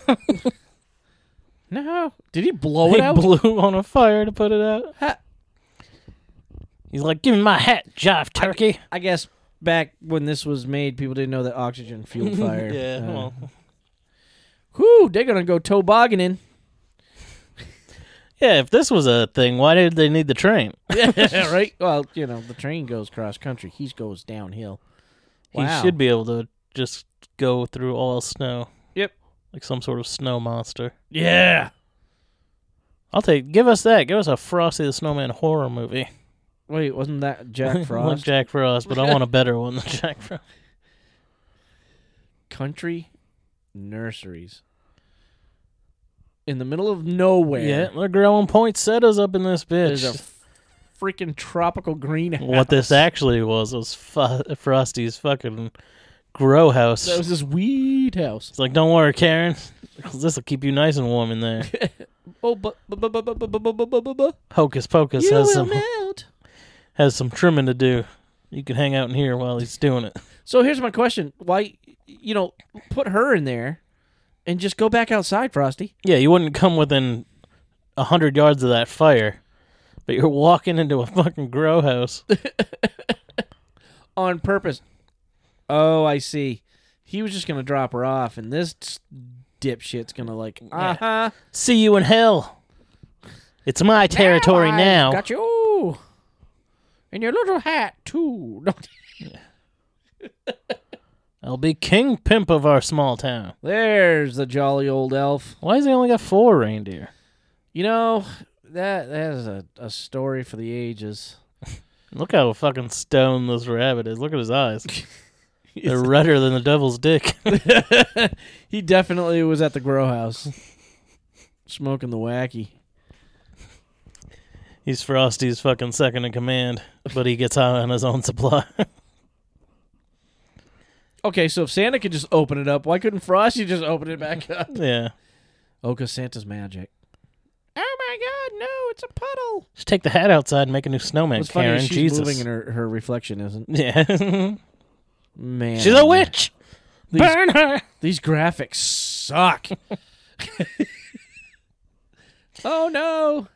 [SPEAKER 3] No. Did he blow
[SPEAKER 2] [LAUGHS]
[SPEAKER 3] it
[SPEAKER 2] He
[SPEAKER 3] out?
[SPEAKER 2] blew on a fire to put it out.
[SPEAKER 3] Ha-
[SPEAKER 2] He's like, "Give me my hat, jive turkey."
[SPEAKER 3] I guess back when this was made, people didn't know that oxygen fueled fire.
[SPEAKER 2] yeah,
[SPEAKER 3] Uh,
[SPEAKER 2] well,
[SPEAKER 3] Whew, they're gonna go tobogganing.
[SPEAKER 2] yeah. If this was a thing, why did they need the train? [LAUGHS]
[SPEAKER 3] Yeah, right. Well, you know, the train goes cross country. He goes downhill. Wow.
[SPEAKER 2] He should be able to just go through all snow.
[SPEAKER 3] Yep.
[SPEAKER 2] Like some sort of snow monster.
[SPEAKER 3] Yeah.
[SPEAKER 2] I'll take. Give us that. Give us a Frosty the Snowman horror movie.
[SPEAKER 3] Wait, wasn't
[SPEAKER 2] [LAUGHS]
[SPEAKER 3] that Jack
[SPEAKER 2] like
[SPEAKER 3] Frost?
[SPEAKER 2] Jack Frost, but I want a better one
[SPEAKER 3] [LAUGHS]
[SPEAKER 2] than Jack Frost.
[SPEAKER 3] country nurseries in the middle of nowhere.
[SPEAKER 2] Yeah, they're growing poinsettias up in this
[SPEAKER 3] there's a
[SPEAKER 2] bitch.
[SPEAKER 3] f- freaking tropical
[SPEAKER 2] [LAUGHS]
[SPEAKER 3] greenhouse.
[SPEAKER 2] what this actually was was fu- Frosty's fucking grow house.
[SPEAKER 3] That was this weed house.
[SPEAKER 2] It's like, don't worry, Karen. [LAUGHS] This will keep you nice and warm in
[SPEAKER 3] [LAUGHS]
[SPEAKER 2] there.
[SPEAKER 3] Oh, but but but but but but but but but but
[SPEAKER 2] Hocus Pocus
[SPEAKER 3] you
[SPEAKER 2] has
[SPEAKER 3] will
[SPEAKER 2] some
[SPEAKER 3] melt.
[SPEAKER 2] has some trimming to do. You can hang out in here while he's doing it.
[SPEAKER 3] So here's my question: Why, you know, put her in there, and just go back outside, Frosty?
[SPEAKER 2] Yeah, you wouldn't come within a hundred yards of that fire, but you're walking into a fucking grow house.
[SPEAKER 3] on purpose. Oh, I see. He was just gonna drop her off, and this s- dipshit's gonna like, uh huh,
[SPEAKER 2] See you in hell. It's my territory now.
[SPEAKER 3] Got you, and your little hat too. [LAUGHS] No.
[SPEAKER 2] I'll be king pimp of our small town.
[SPEAKER 3] There's the jolly old elf.
[SPEAKER 2] Why has he only got four reindeer?
[SPEAKER 3] You know that that is a, a story for the ages.
[SPEAKER 2] Look how fucking stoned this rabbit is. Look at his
[SPEAKER 3] [LAUGHS]
[SPEAKER 2] eyes. They're redder than the devil's dick. [LAUGHS]
[SPEAKER 3] [LAUGHS] he definitely was at the grow house, smoking the wacky.
[SPEAKER 2] He's Frosty's fucking second in command, but he gets high on his own supply. [LAUGHS]
[SPEAKER 3] Okay, so if Santa could just open it up, why couldn't Frosty just open it
[SPEAKER 2] [LAUGHS]
[SPEAKER 3] back up?
[SPEAKER 2] yeah.
[SPEAKER 3] Oh, 'cause Santa's magic. Oh my God! No, it's a puddle.
[SPEAKER 2] Just take the hat outside and make a new snowman,
[SPEAKER 3] What's funny
[SPEAKER 2] Karen.
[SPEAKER 3] is she's
[SPEAKER 2] Jesus.
[SPEAKER 3] moving, and her, her reflection
[SPEAKER 2] [LAUGHS]
[SPEAKER 3] isn't.
[SPEAKER 2] yeah.
[SPEAKER 3] Man,
[SPEAKER 2] She's a witch.
[SPEAKER 3] These-
[SPEAKER 2] Burn her.
[SPEAKER 3] These
[SPEAKER 2] [LAUGHS]
[SPEAKER 3] graphics suck. oh no!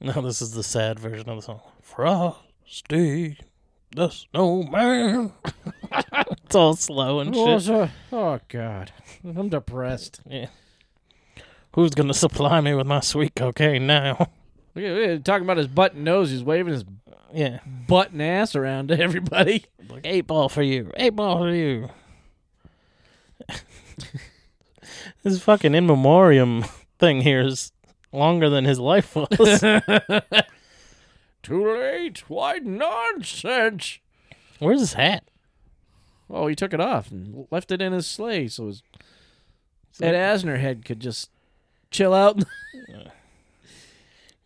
[SPEAKER 2] No, this is the sad version of the song. Frosty the snowman. [LAUGHS] it's all slow and shit.
[SPEAKER 3] Oh God, I'm depressed.
[SPEAKER 2] Yeah. Who's gonna supply me with my sweet cocaine now?
[SPEAKER 3] Look at- look at- talking about his button nose. He's waving his
[SPEAKER 2] Yeah.
[SPEAKER 3] button ass around to everybody.
[SPEAKER 2] Like eight ball for you. Eight ball for you. [LAUGHS] this fucking in memoriam thing here is longer than his life [LAUGHS] was.
[SPEAKER 3] Too late. Why nonsense?
[SPEAKER 2] Where's his hat?
[SPEAKER 3] Oh, he took it off and left it in his sleigh, so his Ed Asner head could just chill out. [LAUGHS]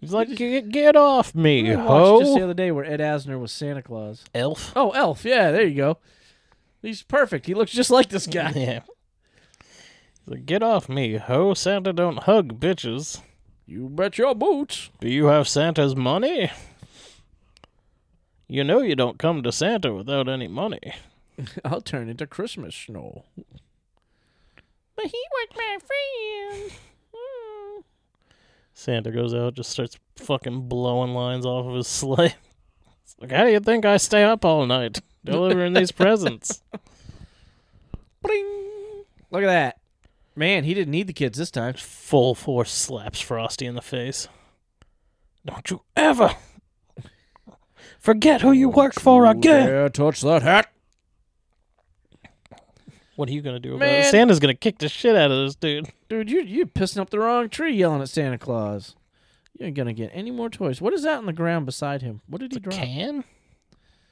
[SPEAKER 2] He's like, get, get off me,
[SPEAKER 3] I watched just the
[SPEAKER 2] ho.
[SPEAKER 3] other day where Ed Asner was Santa Claus.
[SPEAKER 2] Elf.
[SPEAKER 3] Oh, Elf. Yeah, there you go. He's perfect. He looks just like this guy.
[SPEAKER 2] Yeah. He's like, get off me, ho. Santa don't hug bitches.
[SPEAKER 3] [LAUGHS] you bet your boots.
[SPEAKER 2] Do you have Santa's money? You know you don't come to Santa without any money.
[SPEAKER 3] [LAUGHS] I'll turn into Christmas snow. But he was my friend. Mm.
[SPEAKER 2] Santa goes out, just starts fucking blowing lines off of his [LAUGHS] sleigh. It's like, how do you think I stay up all night delivering these presents?
[SPEAKER 3] Bling. Look at that. Man, he didn't need the kids this time.
[SPEAKER 2] Full force slaps Frosty in the face. Don't you ever forget who you work for again.
[SPEAKER 3] Yeah, touch that hat.
[SPEAKER 2] What are you gonna do about
[SPEAKER 3] Man.
[SPEAKER 2] it? Santa's gonna kick the shit out of this dude.
[SPEAKER 3] Dude, you you pissing up the wrong tree yelling at Santa Claus. You ain't gonna get any more toys. What is that on the ground beside him? What did he drop?
[SPEAKER 2] Can?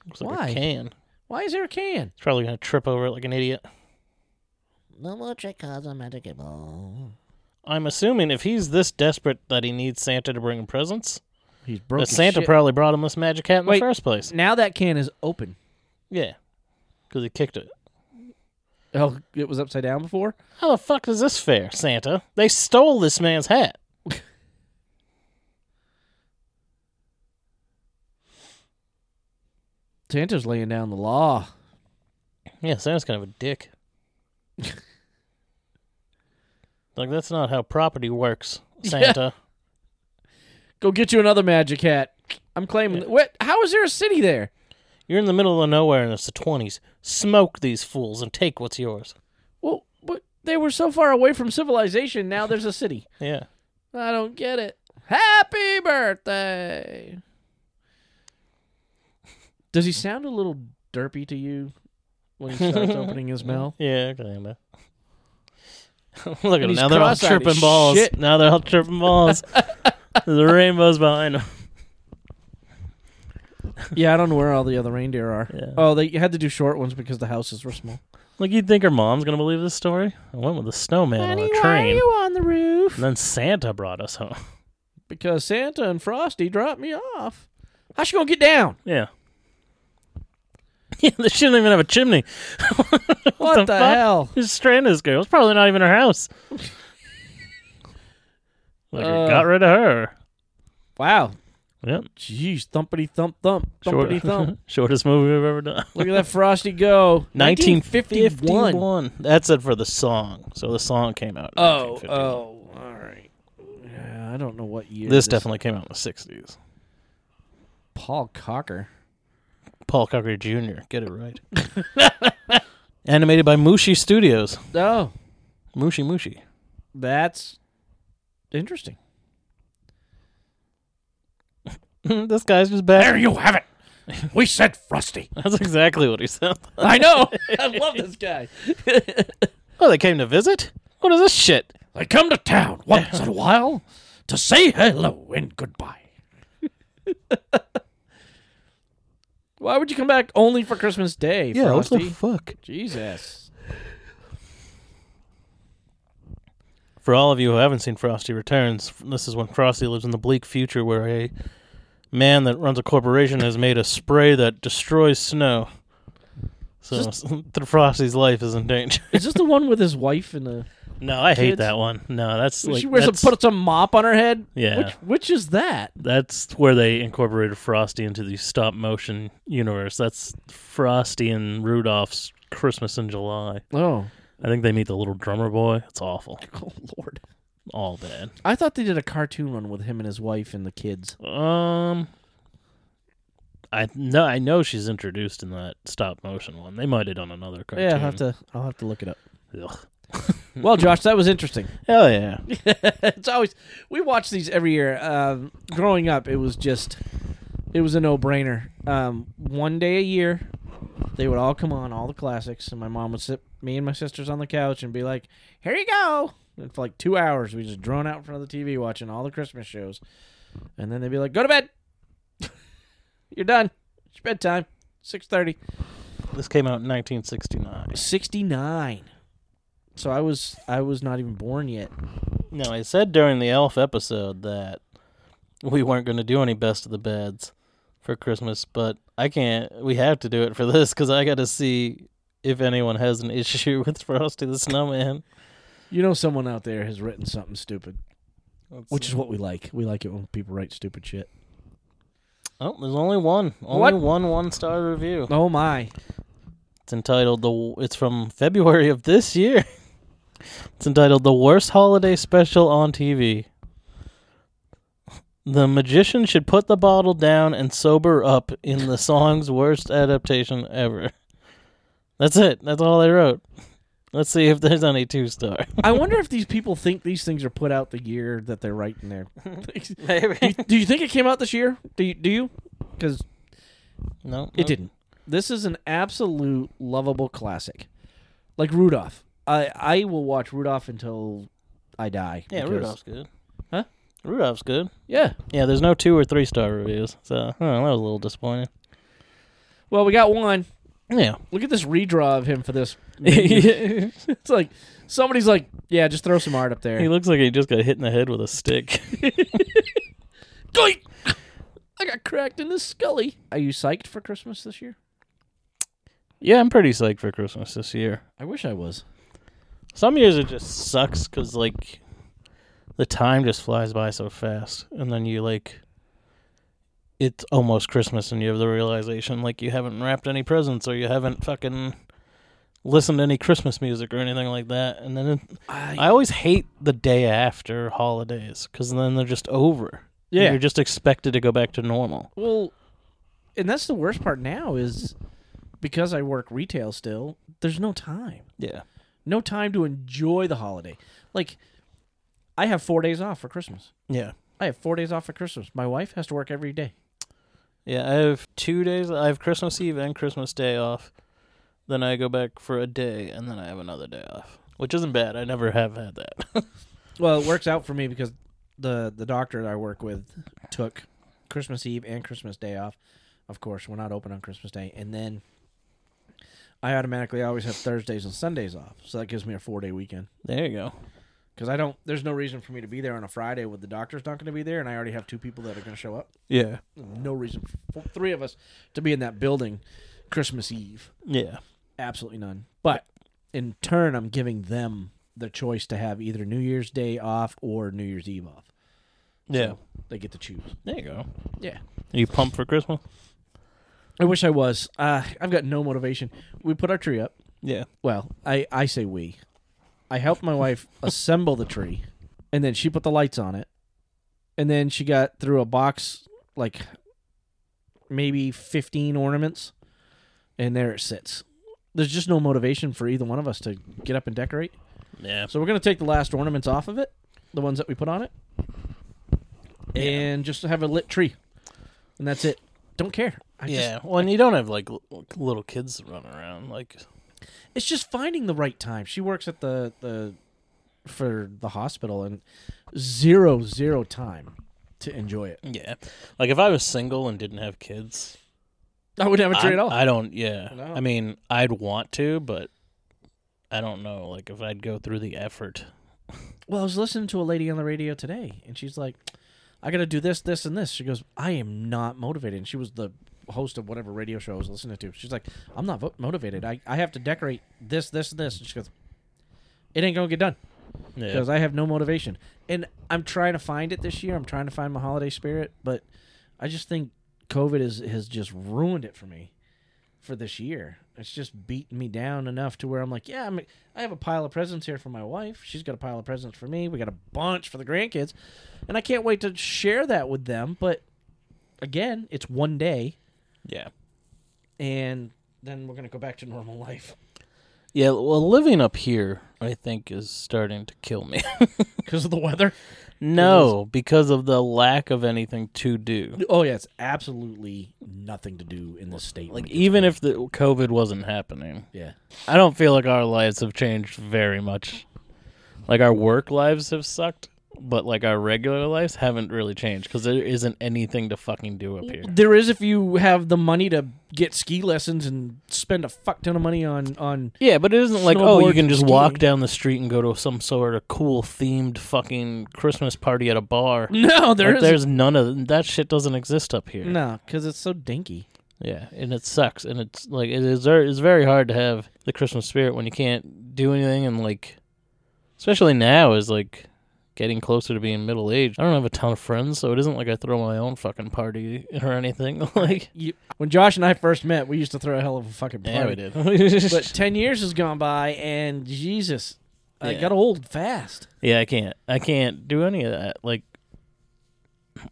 [SPEAKER 2] Looks like
[SPEAKER 3] Why?
[SPEAKER 2] a can.
[SPEAKER 3] Why is there a can?
[SPEAKER 2] He's probably gonna trip over it like an idiot.
[SPEAKER 4] No more trick cards on Magic Ball.
[SPEAKER 2] I'm assuming if he's this desperate that he needs Santa to bring him presents,
[SPEAKER 3] He's broken.
[SPEAKER 2] that Santa probably brought him this magic hat in
[SPEAKER 3] Wait.
[SPEAKER 2] the first place.
[SPEAKER 3] now that can is open.
[SPEAKER 2] Yeah. Because he kicked it.
[SPEAKER 3] Oh, it was upside down before.
[SPEAKER 2] How the fuck is this fair, Santa? They stole this man's hat.
[SPEAKER 3] Santa's laying down the law. [LAUGHS]
[SPEAKER 2] Yeah, Santa's kind of a dick. Like that's not how property works, Santa.
[SPEAKER 3] Go get you another magic hat. I'm claiming. What? How is there a city there?
[SPEAKER 2] You're in the middle of nowhere and it's the 20s. Smoke these fools and take what's yours.
[SPEAKER 3] Well, but they were so far away from civilization. Now there's a city.
[SPEAKER 2] Yeah.
[SPEAKER 3] I don't get it. Happy birthday. Does he sound a little derpy to you when he [LAUGHS] starts opening his mouth?
[SPEAKER 2] Yeah, kinda. [LAUGHS] Look at them.
[SPEAKER 3] he's
[SPEAKER 2] Now they're all
[SPEAKER 3] cross-eyed as
[SPEAKER 2] tripping balls.
[SPEAKER 3] shit.
[SPEAKER 2] Now they're all tripping
[SPEAKER 3] [LAUGHS]
[SPEAKER 2] balls. the rainbow's behind them.
[SPEAKER 3] Yeah, I don't know where all the other reindeer are.
[SPEAKER 2] Yeah.
[SPEAKER 3] Oh, they had to do short ones because the houses were small.
[SPEAKER 2] Like you'd think her mom's gonna believe this story. I went with a snowman on a train.
[SPEAKER 3] on the roof?
[SPEAKER 2] And then Santa brought us home. [LAUGHS]
[SPEAKER 3] Because Santa and Frosty dropped me off. How's she gonna get down?
[SPEAKER 2] Yeah. [LAUGHS] Yeah, they shouldn't even have a chimney. [LAUGHS]
[SPEAKER 3] What the,
[SPEAKER 2] the fuck?
[SPEAKER 3] hell?
[SPEAKER 2] Who's stranded this girl? It's probably not even her
[SPEAKER 3] [LAUGHS]
[SPEAKER 2] house. like,
[SPEAKER 3] Uh.
[SPEAKER 2] I got rid of her.
[SPEAKER 3] Wow.
[SPEAKER 2] Yep.
[SPEAKER 3] Jeez, thumpity thump thump, thumpity [LAUGHS] thump.
[SPEAKER 2] [LAUGHS] Shortest movie we've ever
[SPEAKER 3] [LAUGHS]
[SPEAKER 2] done.
[SPEAKER 3] Look at that Frosty go. 1951.
[SPEAKER 2] 1951. That's it for the song. So the song came out. in
[SPEAKER 3] Oh,
[SPEAKER 2] 1951.
[SPEAKER 3] oh, all right. Yeah, I don't know what year.
[SPEAKER 2] This definitely came out in the 60s.
[SPEAKER 3] Paul Cocker.
[SPEAKER 2] Paul Cocker Jr. Get it right. [LAUGHS] Animated by Mushi Studios.
[SPEAKER 3] Oh,
[SPEAKER 2] Mushi Mushi. [LAUGHS]
[SPEAKER 3] that's interesting.
[SPEAKER 2] this guy's just back.
[SPEAKER 3] you have it. We said Frosty.
[SPEAKER 2] [LAUGHS] That's exactly what he sounds like.
[SPEAKER 3] [LAUGHS] I [LAUGHS] know. I love this guy.
[SPEAKER 2] Oh, they came to visit? What is this shit?
[SPEAKER 3] I come to town once in a while to say hello and goodbye. [LAUGHS] Why would you come back only for Christmas Day, Frosty?
[SPEAKER 2] fuck?
[SPEAKER 3] Jesus.
[SPEAKER 2] For all of you who haven't seen Frosty Returns, this is when Frosty lives in the bleak future where a man that runs a corporation has made a spray that destroys snow. So [LAUGHS] Frosty's life is in danger.
[SPEAKER 3] Is this the one with his wife and [LAUGHS] the
[SPEAKER 2] [LAUGHS] no, I hate
[SPEAKER 3] Kids.
[SPEAKER 2] that one. No, that's like
[SPEAKER 3] she wears a
[SPEAKER 2] that's,
[SPEAKER 3] puts a mop on her head?
[SPEAKER 2] Yeah.
[SPEAKER 3] Which which is that?
[SPEAKER 2] that's where they incorporated Frosty into the stop motion universe. That's Frosty and Rudolph's Christmas in July.
[SPEAKER 3] Oh.
[SPEAKER 2] I think they meet the little drummer boy. It's awful.
[SPEAKER 3] [LAUGHS] Oh Lord.
[SPEAKER 2] All bad.
[SPEAKER 3] I thought they did a cartoon one with him and his wife and the kids.
[SPEAKER 2] Um, I know I know she's introduced in that stop motion one. They might have done another cartoon.
[SPEAKER 3] Yeah, I'll have to I'll have to look it [LAUGHS] up.
[SPEAKER 2] Ugh.
[SPEAKER 3] Well, Josh, that was interesting.
[SPEAKER 2] Hell yeah!
[SPEAKER 3] [LAUGHS] it's always we watch these every year. Um, growing up, it was just it was a no brainer. Um, one day a year, they would all come on all the classics, and my mom would sit me and my sisters on the couch and be like, "Here you go." And for like two hours, we just drone out in front of the TV watching all the Christmas shows, and then they'd be like, "Go to bed. [LAUGHS] You're done. It's your bedtime. 6.30.
[SPEAKER 2] This came out in 1969.
[SPEAKER 3] 69. So I was I was not even born yet.
[SPEAKER 2] Now I said during the Elf episode that we weren't going to do any best of the beds for Christmas, but I can't. We have to do it for this because I got to see if anyone has an [LAUGHS] issue with Frosty the Snowman.
[SPEAKER 3] You know, someone out there has written something stupid.
[SPEAKER 2] Let's
[SPEAKER 3] Which
[SPEAKER 2] see.
[SPEAKER 3] is what we like. We like it when people write stupid shit.
[SPEAKER 2] oh, there's only one, only
[SPEAKER 3] What?
[SPEAKER 2] one one star review.
[SPEAKER 3] Oh my.
[SPEAKER 2] It's entitled the. It's from February of this year. [LAUGHS] It's entitled "The Worst Holiday Special on TV." The magician should put the bottle down and sober up in the song's worst adaptation ever. That's it. That's all they wrote. Let's see if there's any two star. [LAUGHS]
[SPEAKER 3] I wonder if these people think these things are put out the year that they're writing their [LAUGHS] things. do, you,
[SPEAKER 2] Maybe
[SPEAKER 3] do you think it came out this year? Do you? Do you? Because
[SPEAKER 2] no,
[SPEAKER 3] it didn't. This is an absolute lovable classic. Like Rudolph. I, I will watch Rudolph until I die.
[SPEAKER 2] Yeah,
[SPEAKER 3] because-
[SPEAKER 2] Rudolph's good.
[SPEAKER 3] Huh?
[SPEAKER 2] Rudolph's good.
[SPEAKER 3] Yeah.
[SPEAKER 2] Yeah, there's no two or three star reviews, so oh, that was a little disappointing.
[SPEAKER 3] Well, we got one.
[SPEAKER 2] Yeah.
[SPEAKER 3] Look at this redraw of him for [LAUGHS] this. menu. it's like somebody's like, yeah, just throw some art up there.
[SPEAKER 2] He looks like he just got hit in the head with a stick.
[SPEAKER 3] Doink! I got cracked in the scully. Are you psyched for Christmas this year?
[SPEAKER 2] yeah, I'm pretty psyched for Christmas this year.
[SPEAKER 3] I wish I was.
[SPEAKER 2] Some years it just sucks because like the time just flies by so fast, and then you like it's almost Christmas, and you have the realization like you haven't wrapped any presents or you haven't fucking listen to any Christmas music or anything like that. And then it,
[SPEAKER 3] I,
[SPEAKER 2] I always hate the day after holidays because then they're just over.
[SPEAKER 3] Yeah.
[SPEAKER 2] You're just expected to go back to normal.
[SPEAKER 3] well, and that's the worst part now is because I work retail still. There's no time,
[SPEAKER 2] Yeah.
[SPEAKER 3] no time to enjoy the holiday. Like, I have four days off for Christmas.
[SPEAKER 2] Yeah.
[SPEAKER 3] I have four days off for Christmas. My wife has to work every day.
[SPEAKER 2] Yeah. I have two days. I have Christmas Eve and Christmas Day off. Then I go back for a day and then I have another day off, which isn't bad. I never have had that. [LAUGHS]
[SPEAKER 3] Well, it works out for me because the the doctor that I work with took Christmas Eve and Christmas Day off. Of course, we're not open on Christmas Day, and then I automatically always have Thursdays and Sundays off, so that gives me a four day weekend.
[SPEAKER 2] there you go.
[SPEAKER 3] Because I don't, there's no reason for me to be there on a Friday with the doctor's not going to be there, and I already have two people that are going to show up.
[SPEAKER 2] Yeah.
[SPEAKER 3] No reason for three of us to be in that building Christmas Eve.
[SPEAKER 2] Yeah.
[SPEAKER 3] Absolutely none. But in turn, I'm giving them the choice to have either New Year's Day off or New Year's Eve off.
[SPEAKER 2] Yeah.
[SPEAKER 3] So they get to choose.
[SPEAKER 2] There you go.
[SPEAKER 3] Yeah.
[SPEAKER 2] you pumped for Christmas?
[SPEAKER 3] I wish I was. Uh, I've got no motivation. We put our tree up.
[SPEAKER 2] Yeah.
[SPEAKER 3] Well, I, I say we. I helped my [LAUGHS] wife assemble the tree, and then she put the lights on it. And then she got through a box, like maybe 15 ornaments, and there it sits. There's just no motivation for either one of us to get up and decorate.
[SPEAKER 2] Yeah.
[SPEAKER 3] So we're going to take the last ornaments off of it, the ones that we put on it, and just have a lit tree. And that's it. Don't care. I just-
[SPEAKER 2] yeah. Well, and you don't have like l- little kids running around. Like,
[SPEAKER 3] it's just finding the right time. She works at the the for the hospital and zero zero time to enjoy it.
[SPEAKER 2] yeah. Like if I was single and didn't have kids,
[SPEAKER 3] I would have a tree
[SPEAKER 2] I,
[SPEAKER 3] at all.
[SPEAKER 2] I don't. Yeah,
[SPEAKER 3] No.
[SPEAKER 2] I mean, I'd want to, but I don't know. Like if I'd go through the effort.
[SPEAKER 3] well, I was listening to a lady on the radio today, and she's like, "I got to do this, this, and this." She goes, "I am not motivated." And she was the host of whatever radio show I was listening to. She's like, "I'm not vo- motivated. I I have to decorate this, this, and this." And she goes, "It ain't gonna get done."
[SPEAKER 2] Yeah,
[SPEAKER 3] because I have no motivation. And I'm trying to find it this year. I'm trying to find my holiday spirit, but I just think COVID is, has just ruined it for me for this year. It's just beaten me down enough to where I'm like, yeah, I'm, I have a pile of presents here for my wife. She's got a pile of presents for me. We got a bunch for the grandkids, and I can't wait to share that with them. But again, it's one day,
[SPEAKER 2] yeah,
[SPEAKER 3] and then we're gonna go back to normal life [LAUGHS]
[SPEAKER 2] yeah. Well, living up here, I think, is starting to kill me. [LAUGHS]
[SPEAKER 3] because of the weather.
[SPEAKER 2] no, because of the lack of anything to do.
[SPEAKER 3] Oh yeah, it's absolutely nothing to do in this state.
[SPEAKER 2] Like even if the COVID wasn't happening,
[SPEAKER 3] yeah.
[SPEAKER 2] I don't feel like our lives have changed very much. Like our work lives have sucked, but like our regular lives haven't really changed because there isn't anything to fucking do up here.
[SPEAKER 3] There is if you have the money to get ski lessons and spend a fuck ton of money on
[SPEAKER 2] [LAUGHS]
[SPEAKER 3] on.
[SPEAKER 2] Yeah, but it isn't like oh, you
[SPEAKER 3] Snowboards
[SPEAKER 2] can
[SPEAKER 3] and
[SPEAKER 2] just walk
[SPEAKER 3] skiing.
[SPEAKER 2] down the street and go to some sort of cool themed fucking Christmas party at a bar.
[SPEAKER 3] No,
[SPEAKER 2] Like, there's none of that shit doesn't exist up here.
[SPEAKER 3] no because it's so dinky.
[SPEAKER 2] Yeah, and it sucks, and it's like it is. ver- It's very hard to have the Christmas spirit when you can't do anything, and like, especially now is like getting closer to being middle aged. I don't have a ton of friends, so it isn't like I throw my own fucking party [LAUGHS] or anything. like,
[SPEAKER 3] You, when Josh and I first met, we used to throw a hell of a fucking party.
[SPEAKER 2] yeah, we did. but
[SPEAKER 3] But ten years has gone by, and Jesus, I
[SPEAKER 2] Yeah.
[SPEAKER 3] got old fast.
[SPEAKER 2] [LAUGHS] Yeah, I can't. I can't do any of that. Like,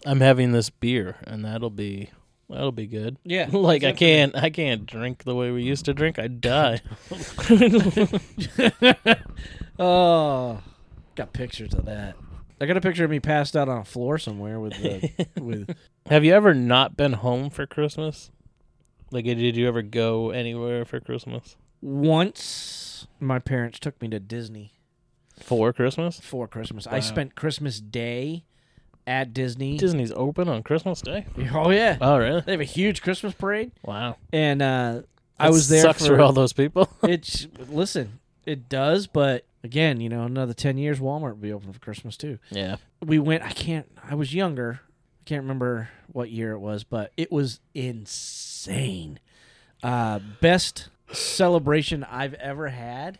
[SPEAKER 2] I'm having this beer, and that'll be that'll be good. [LAUGHS]
[SPEAKER 3] [LAUGHS] Yeah,
[SPEAKER 2] Like I can't. I can't drink the way we used to drink. I'd die. [LAUGHS]
[SPEAKER 3] Oh, got pictures of that. I got a picture of me passed out on a floor somewhere with
[SPEAKER 2] [LAUGHS]
[SPEAKER 3] the, with
[SPEAKER 2] Have you ever not been home for Christmas? Like, did you ever go anywhere for Christmas?
[SPEAKER 3] once my parents took me to Disney.
[SPEAKER 2] For Christmas?
[SPEAKER 3] for Christmas.
[SPEAKER 2] Wow.
[SPEAKER 3] I spent Christmas Day at Disney.
[SPEAKER 2] Disney's open on Christmas Day.
[SPEAKER 3] Oh yeah,
[SPEAKER 2] Oh, really?
[SPEAKER 3] they have a huge Christmas parade,
[SPEAKER 2] Wow.
[SPEAKER 3] and uh, I
[SPEAKER 2] That
[SPEAKER 3] was there.
[SPEAKER 2] Sucks for, [LAUGHS] all those people.
[SPEAKER 3] it's listen, it does, but again, you know, another ten years, Walmart will be open for Christmas too.
[SPEAKER 2] yeah.
[SPEAKER 3] We went. I can't. I was younger. I can't remember what year it was, but it was insane. Uh, best celebration I've ever had,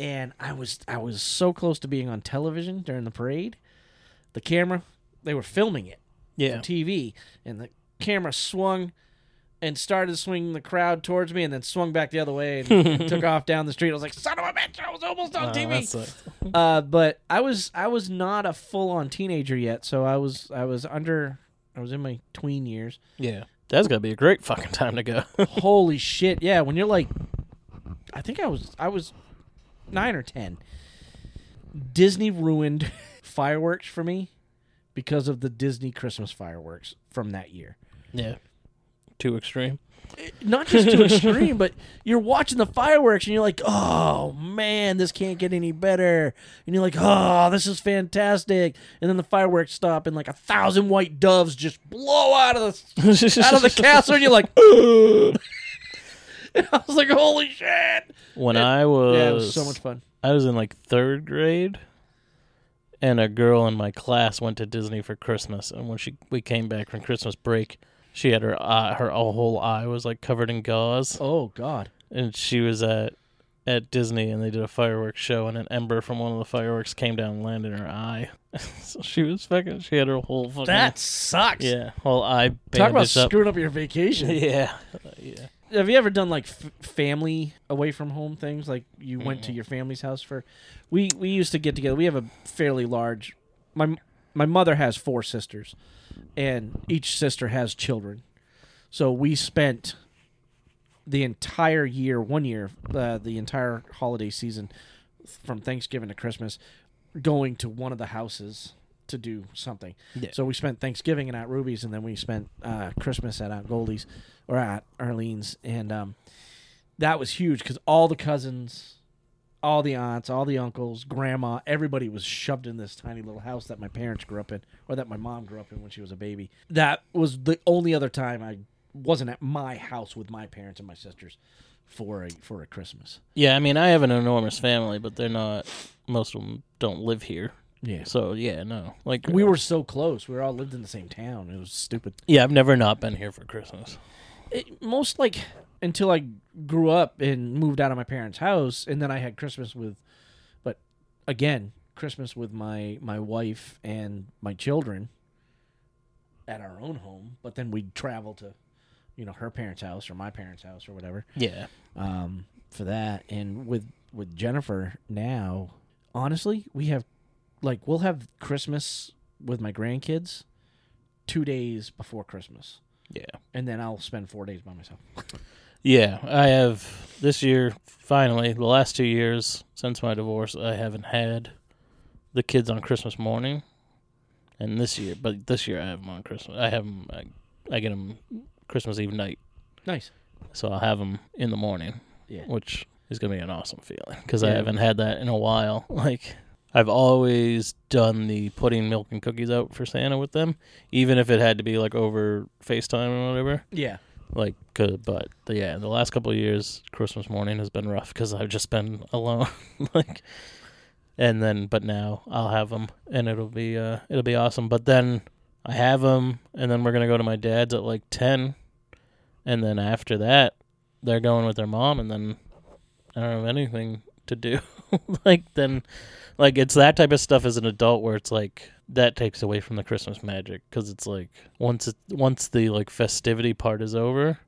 [SPEAKER 3] and I was I was so close to being on television during the parade. The camera, they were filming it.
[SPEAKER 2] Yeah.
[SPEAKER 3] TV, and the camera swung, and started swinging the crowd towards me, and then swung back the other way
[SPEAKER 2] [LAUGHS]
[SPEAKER 3] and, and took off down the street. I was like, "Son of a bitch! I was almost on
[SPEAKER 2] Oh,
[SPEAKER 3] TV."
[SPEAKER 2] that sucked.
[SPEAKER 3] uh, but I was I was not a full on teenager yet, so I was I was under I was in my tween years.
[SPEAKER 2] Yeah. That's gonna be a great fucking time to go.
[SPEAKER 3] Holy [LAUGHS] shit! Yeah, when you're like, I think I was I was nine or ten. Disney ruined [LAUGHS] fireworks for me because of the Disney Christmas fireworks from that year.
[SPEAKER 2] [LAUGHS] yeah. Too [LAUGHS] extreme.
[SPEAKER 3] Not just
[SPEAKER 2] [LAUGHS]
[SPEAKER 3] too extreme, but you're watching the fireworks and you're like, oh man, this can't get any better. And you're like, oh, this is fantastic. And then the fireworks stop and like a thousand white doves just blow out of the out
[SPEAKER 2] [LAUGHS]
[SPEAKER 3] of the castle, and you're like, "Ugh." [LAUGHS] and I was like, holy shit.
[SPEAKER 2] When I was,
[SPEAKER 3] Yeah, it was so much fun.
[SPEAKER 2] I was in like third grade, and a girl in my class went to Disney for Christmas. And when she we came back from Christmas break, she had her eye, her whole eye was like covered in gauze,
[SPEAKER 3] Oh God.
[SPEAKER 2] and she was at at Disney, and they did a fireworks show, and an ember from one of the fireworks came down and landed in her eye. [LAUGHS] so she was fucking. She had her whole fucking
[SPEAKER 3] That sucks.
[SPEAKER 2] yeah whole eye
[SPEAKER 3] Talk about
[SPEAKER 2] bandaged up.
[SPEAKER 3] screwing up your
[SPEAKER 2] [LAUGHS]
[SPEAKER 3] vacation.
[SPEAKER 2] yeah, yeah.
[SPEAKER 3] Have you ever done like f- family away from home things? Like you went to your family's house for? We we used to get together. We have a fairly large. My my mother has four sisters, and each sister has children. So we spent the entire year, one year, uh, the entire holiday season, from Thanksgiving to Christmas, going to one of the houses to do something.
[SPEAKER 2] Yeah.
[SPEAKER 3] So we spent Thanksgiving at Aunt Ruby's, and then we spent uh, Christmas at Aunt Goldie's or at Arlene's, and um, that was huge because all the cousins, all the aunts, all the uncles, grandma, everybody was shoved in this tiny little house that my parents grew up in, or that my mom grew up in when she was a baby. That was the only other time I wasn't at my house with my parents and my sisters for a for a Christmas.
[SPEAKER 2] Yeah, I mean, I have an enormous family, but they're not. Most of them don't live here.
[SPEAKER 3] Yeah.
[SPEAKER 2] So yeah, no. Like
[SPEAKER 3] We were so close. We were all lived in the same town. It was stupid.
[SPEAKER 2] Yeah, I've never not been here for Christmas.
[SPEAKER 3] it, most like until I grew up and moved out of my parents' house, and then I had Christmas with, but again, Christmas with my my wife and my children at our own home. But then we'd travel to, you know, her parents' house or my parents' house or whatever
[SPEAKER 2] Yeah.
[SPEAKER 3] um, for that. And with with Jennifer now, honestly, we have like we'll have Christmas with my grandkids two days before Christmas,
[SPEAKER 2] Yeah.
[SPEAKER 3] and then I'll spend four days by myself.
[SPEAKER 2] Yeah, I have this year finally, the last 2 years since my divorce, I haven't had the kids on Christmas morning. And this year, but this year I have them on Christmas. I have them I, I get them Christmas Eve night.
[SPEAKER 3] Nice.
[SPEAKER 2] So I'll have them in the morning.
[SPEAKER 3] Yeah.
[SPEAKER 2] which is going to be an awesome feeling because I
[SPEAKER 3] Yeah.
[SPEAKER 2] haven't had that in a while. [LAUGHS] Like, I've always done the putting milk and cookies out for Santa with them, even if it had to be like over FaceTime or whatever.
[SPEAKER 3] Yeah.
[SPEAKER 2] Like, 'cause- but yeah, the last couple of years, Christmas morning has been rough because I've just been [LAUGHS] alone. like, and then, but now I'll have them, and it'll be uh, it'll be awesome. But then I have them, and then we're gonna go to my dad's at like ten, and then after that, they're going with their mom, and then I don't have anything to do. [LAUGHS] like then, like it's that type of stuff as an adult where it's like that takes away from the Christmas magic because it's like once it once the like festivity part is over,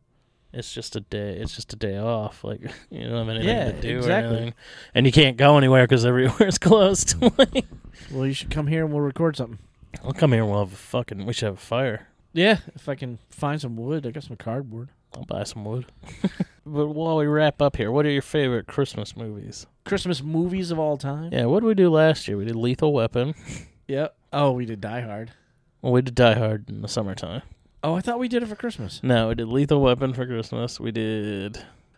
[SPEAKER 2] it's just a day. It's just a day off. Like [LAUGHS] you don't have anything
[SPEAKER 3] Yeah,
[SPEAKER 2] to do
[SPEAKER 3] exactly.
[SPEAKER 2] or anything, and you can't go anywhere because everywhere's [LAUGHS] closed. like,
[SPEAKER 3] Well, you should come here and we'll record something.
[SPEAKER 2] I'll come here and we'll have a fucking. We should have a fire.
[SPEAKER 3] Yeah, if I can find some wood, I got some cardboard.
[SPEAKER 2] I'll buy some wood. [LAUGHS] but while we wrap up here, what are your favorite Christmas movies?
[SPEAKER 3] Christmas movies of all time.
[SPEAKER 2] Yeah, what did we do last year? We did Lethal Weapon.
[SPEAKER 3] Yep. Oh, we did Die Hard.
[SPEAKER 2] Well, we did Die Hard in the summertime.
[SPEAKER 3] Oh, I thought we did it for Christmas.
[SPEAKER 2] No, we did Lethal Weapon for Christmas. We did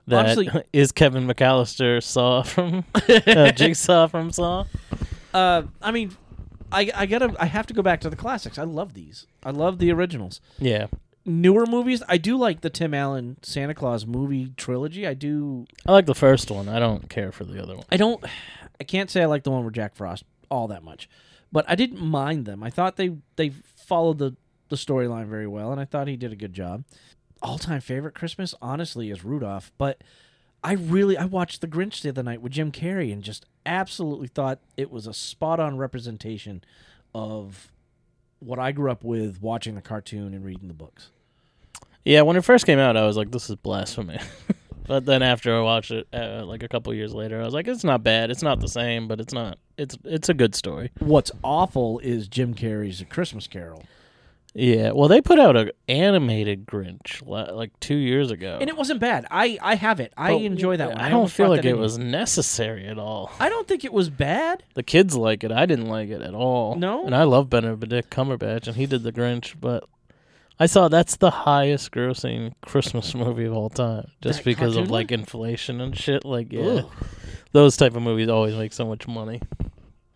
[SPEAKER 2] that [LAUGHS] is
[SPEAKER 3] Honestly-
[SPEAKER 2] Kevin McAllister Saw from uh, Jigsaw from Saw.
[SPEAKER 3] Uh, I mean, I I gotta I have to go back to the classics. I love these. I love the originals.
[SPEAKER 2] Yeah,
[SPEAKER 3] Newer movies, I do like the Tim Allen Santa Claus movie trilogy. I do.
[SPEAKER 2] I like the first one. I don't care for the other one.
[SPEAKER 3] I don't. I can't say I like the one with Jack Frost all that much, but I didn't mind them. I thought they they followed the the storyline very well, and I thought he did a good job. All time favorite Christmas, honestly, is Rudolph. But I really I watched The Grinch the other night with Jim Carrey and just absolutely thought it was a spot on representation of what I grew up with watching the cartoon and reading the books.
[SPEAKER 2] Yeah, when it first came out, I was like, "This is blasphemy," [LAUGHS] but then after I watched it, uh, like a couple years later, I was like, "It's not bad. It's not the same, but it's not. It's it's a good story."
[SPEAKER 3] What's awful is Jim Carrey's A Christmas Carol.
[SPEAKER 2] Yeah. Well, they put out an animated Grinch la- like two years ago,
[SPEAKER 3] And it wasn't bad. I, I have it. I
[SPEAKER 2] But
[SPEAKER 3] enjoy that one.
[SPEAKER 2] I don't
[SPEAKER 3] almost
[SPEAKER 2] feel
[SPEAKER 3] brought
[SPEAKER 2] like
[SPEAKER 3] that
[SPEAKER 2] it
[SPEAKER 3] in.
[SPEAKER 2] was necessary at all.
[SPEAKER 3] I don't think it was bad.
[SPEAKER 2] The kids like it. I didn't like it at all.
[SPEAKER 3] No?
[SPEAKER 2] And I love Benedict Cumberbatch, and he did the Grinch, but. I saw that's the highest grossing Christmas [LAUGHS] movie of all time, just
[SPEAKER 3] That
[SPEAKER 2] because
[SPEAKER 3] cartoon
[SPEAKER 2] of like inflation and shit. Like, yeah,
[SPEAKER 3] Ugh.
[SPEAKER 2] those type of movies always make so much money.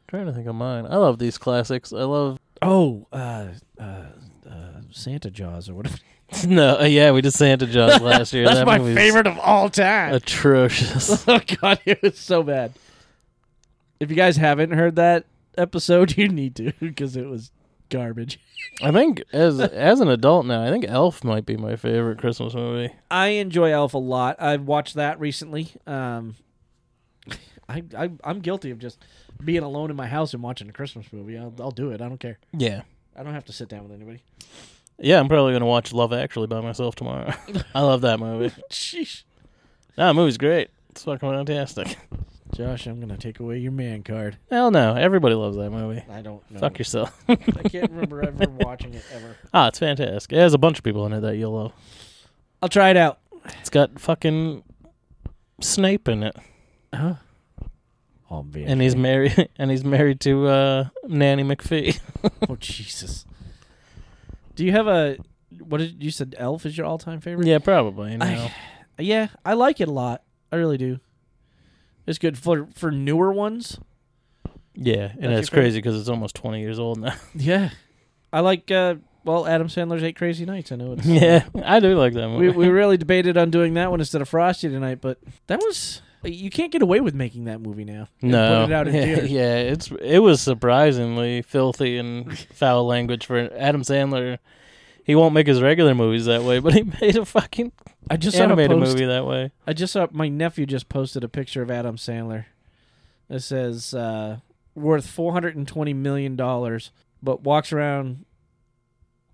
[SPEAKER 2] trying to think of mine. I love these classics. I love [LAUGHS]
[SPEAKER 3] Oh, uh, uh, uh, Santa Jaws or whatever.
[SPEAKER 2] no, uh, yeah, we did Santa Jaws
[SPEAKER 3] [LAUGHS]
[SPEAKER 2] last year.
[SPEAKER 3] That's
[SPEAKER 2] that
[SPEAKER 3] my
[SPEAKER 2] movie's
[SPEAKER 3] favorite of all [LAUGHS] time.
[SPEAKER 2] Atrocious.
[SPEAKER 3] oh god, it was so bad. If you guys haven't heard that episode, [LAUGHS] you need to because it was garbage.
[SPEAKER 2] [LAUGHS] I think as as an adult now, I think Elf might be my favorite Christmas movie.
[SPEAKER 3] I enjoy Elf a lot. I've watched that recently. Um, I, I I'm guilty of just being alone in my house and watching a Christmas movie. I'll, I'll do it. I don't care.
[SPEAKER 2] Yeah.
[SPEAKER 3] I don't have to sit down with anybody.
[SPEAKER 2] Yeah, I'm probably gonna watch Love Actually by myself tomorrow. [LAUGHS] I love that movie.
[SPEAKER 3] Sheesh.
[SPEAKER 2] Nah, the movie's great. It's fucking fantastic. [LAUGHS]
[SPEAKER 3] Josh, I'm gonna take away your man card.
[SPEAKER 2] Hell no, everybody loves that movie.
[SPEAKER 3] I don't know.
[SPEAKER 2] Fuck yourself. [LAUGHS]
[SPEAKER 3] I [LAUGHS] can't remember ever watching it ever.
[SPEAKER 2] ah, it's fantastic. It has a bunch of people in it that you'll love.
[SPEAKER 3] I'll try it out.
[SPEAKER 2] It's got fucking Snape in it.
[SPEAKER 3] Huh? Oh man.
[SPEAKER 2] and he's married [LAUGHS] and he's married to uh nanny mcphee [LAUGHS]
[SPEAKER 3] oh Jesus. Do you have a what did you said Elf is your all time favorite?
[SPEAKER 2] yeah probably no.
[SPEAKER 3] I, yeah, I like it a lot. I really do. It's good for for newer ones.
[SPEAKER 2] [LAUGHS] yeah and
[SPEAKER 3] your
[SPEAKER 2] it's crazy because it's almost 20 years old now [LAUGHS]
[SPEAKER 3] Yeah. I like uh well Adam Sandler's Eight Crazy Nights. I know it's
[SPEAKER 2] yeah i do like that movie
[SPEAKER 3] [LAUGHS] We we really debated on doing that one instead of Frosty tonight, but that was you can't get away with making that movie now. and
[SPEAKER 2] no
[SPEAKER 3] Put it out [LAUGHS]
[SPEAKER 2] [LAUGHS]
[SPEAKER 3] in
[SPEAKER 2] yeah,
[SPEAKER 3] theater.
[SPEAKER 2] yeah it's it was surprisingly filthy and foul language for adam sandler he won't make his regular movies that way but he [LAUGHS] made a fucking
[SPEAKER 3] I just saw a
[SPEAKER 2] animated
[SPEAKER 3] post
[SPEAKER 2] movie that
[SPEAKER 3] [LAUGHS]
[SPEAKER 2] way
[SPEAKER 3] I just saw my nephew just posted a picture of Adam Sandler. It says uh, worth four hundred and twenty million dollars, but walks around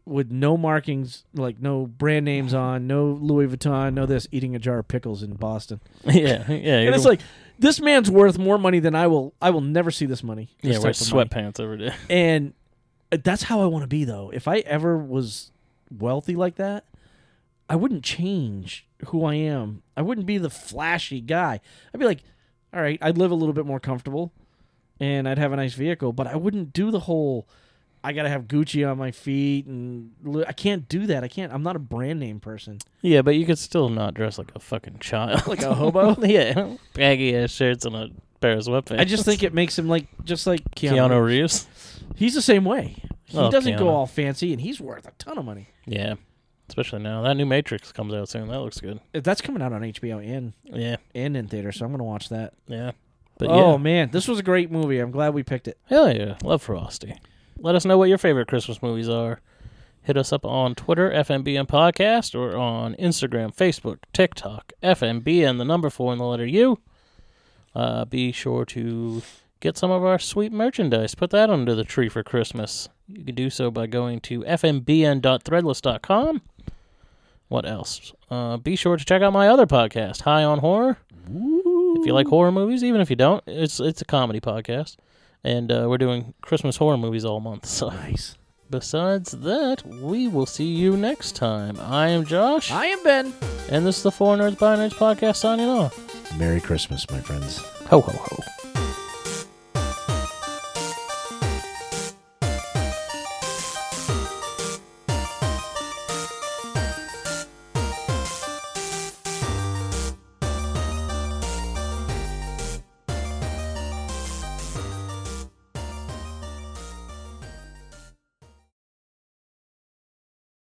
[SPEAKER 3] with no markings, like no brand names on, no Louis Vuitton, no this, eating a jar of pickles in Boston.
[SPEAKER 2] yeah yeah
[SPEAKER 3] And it's like this man's worth more money than I will. I will never see this money. This
[SPEAKER 2] yeah
[SPEAKER 3] type
[SPEAKER 2] wears
[SPEAKER 3] of money.
[SPEAKER 2] sweatpants every day
[SPEAKER 3] And uh, that's how I want to be though. If I ever was wealthy like that, I wouldn't change who I am. I wouldn't be the flashy guy. I'd be like, all right, I'd live a little bit more comfortable and I'd have a nice vehicle, but I wouldn't do the whole I got to have Gucci on my feet and li- I can't do that. I can't. I'm not a brand name person.
[SPEAKER 2] [LAUGHS] Yeah, but you could still not dress like a fucking child.
[SPEAKER 3] Like a hobo?
[SPEAKER 2] [LAUGHS] yeah. Baggy ass shirts and a pair of sweatpants.
[SPEAKER 3] I just think it makes him like just like Keanu.
[SPEAKER 2] [LAUGHS] Keanu, Reeves.
[SPEAKER 3] Reeves. He's the same way. He
[SPEAKER 2] Oh,
[SPEAKER 3] doesn't go
[SPEAKER 2] Keanu.
[SPEAKER 3] all fancy and he's worth a ton of money.
[SPEAKER 2] Yeah. Especially now. That new Matrix comes out soon. That looks good.
[SPEAKER 3] That's coming out on HBO and
[SPEAKER 2] Yeah.
[SPEAKER 3] and in theater, so I'm gonna watch that.
[SPEAKER 2] Yeah. But
[SPEAKER 3] oh
[SPEAKER 2] yeah.
[SPEAKER 3] man, this was a great movie. I'm glad we picked it.
[SPEAKER 2] Hell yeah. Love Frosty. Let us know what your favorite Christmas movies are. Hit us up on Twitter, FMBN Podcast, or on Instagram, Facebook, TikTok, FMBN, the number four and the letter U. Uh, be sure to get some of our sweet merchandise. Put that under the tree for Christmas. You can do so by going to fmbn.threadless.com. What else? Uh, be sure to check out my other podcast, High on Horror. If you like horror movies, even if you don't, it's it's a comedy podcast, and uh, we're doing Christmas horror movies all month. So [LAUGHS]
[SPEAKER 3] Nice.
[SPEAKER 2] besides that, we will see you next time. I am Josh,
[SPEAKER 3] I am Ben.
[SPEAKER 2] and this is the Four Nerds by Nerds podcast signing off.
[SPEAKER 3] Merry Christmas, my friends.
[SPEAKER 2] Ho ho ho.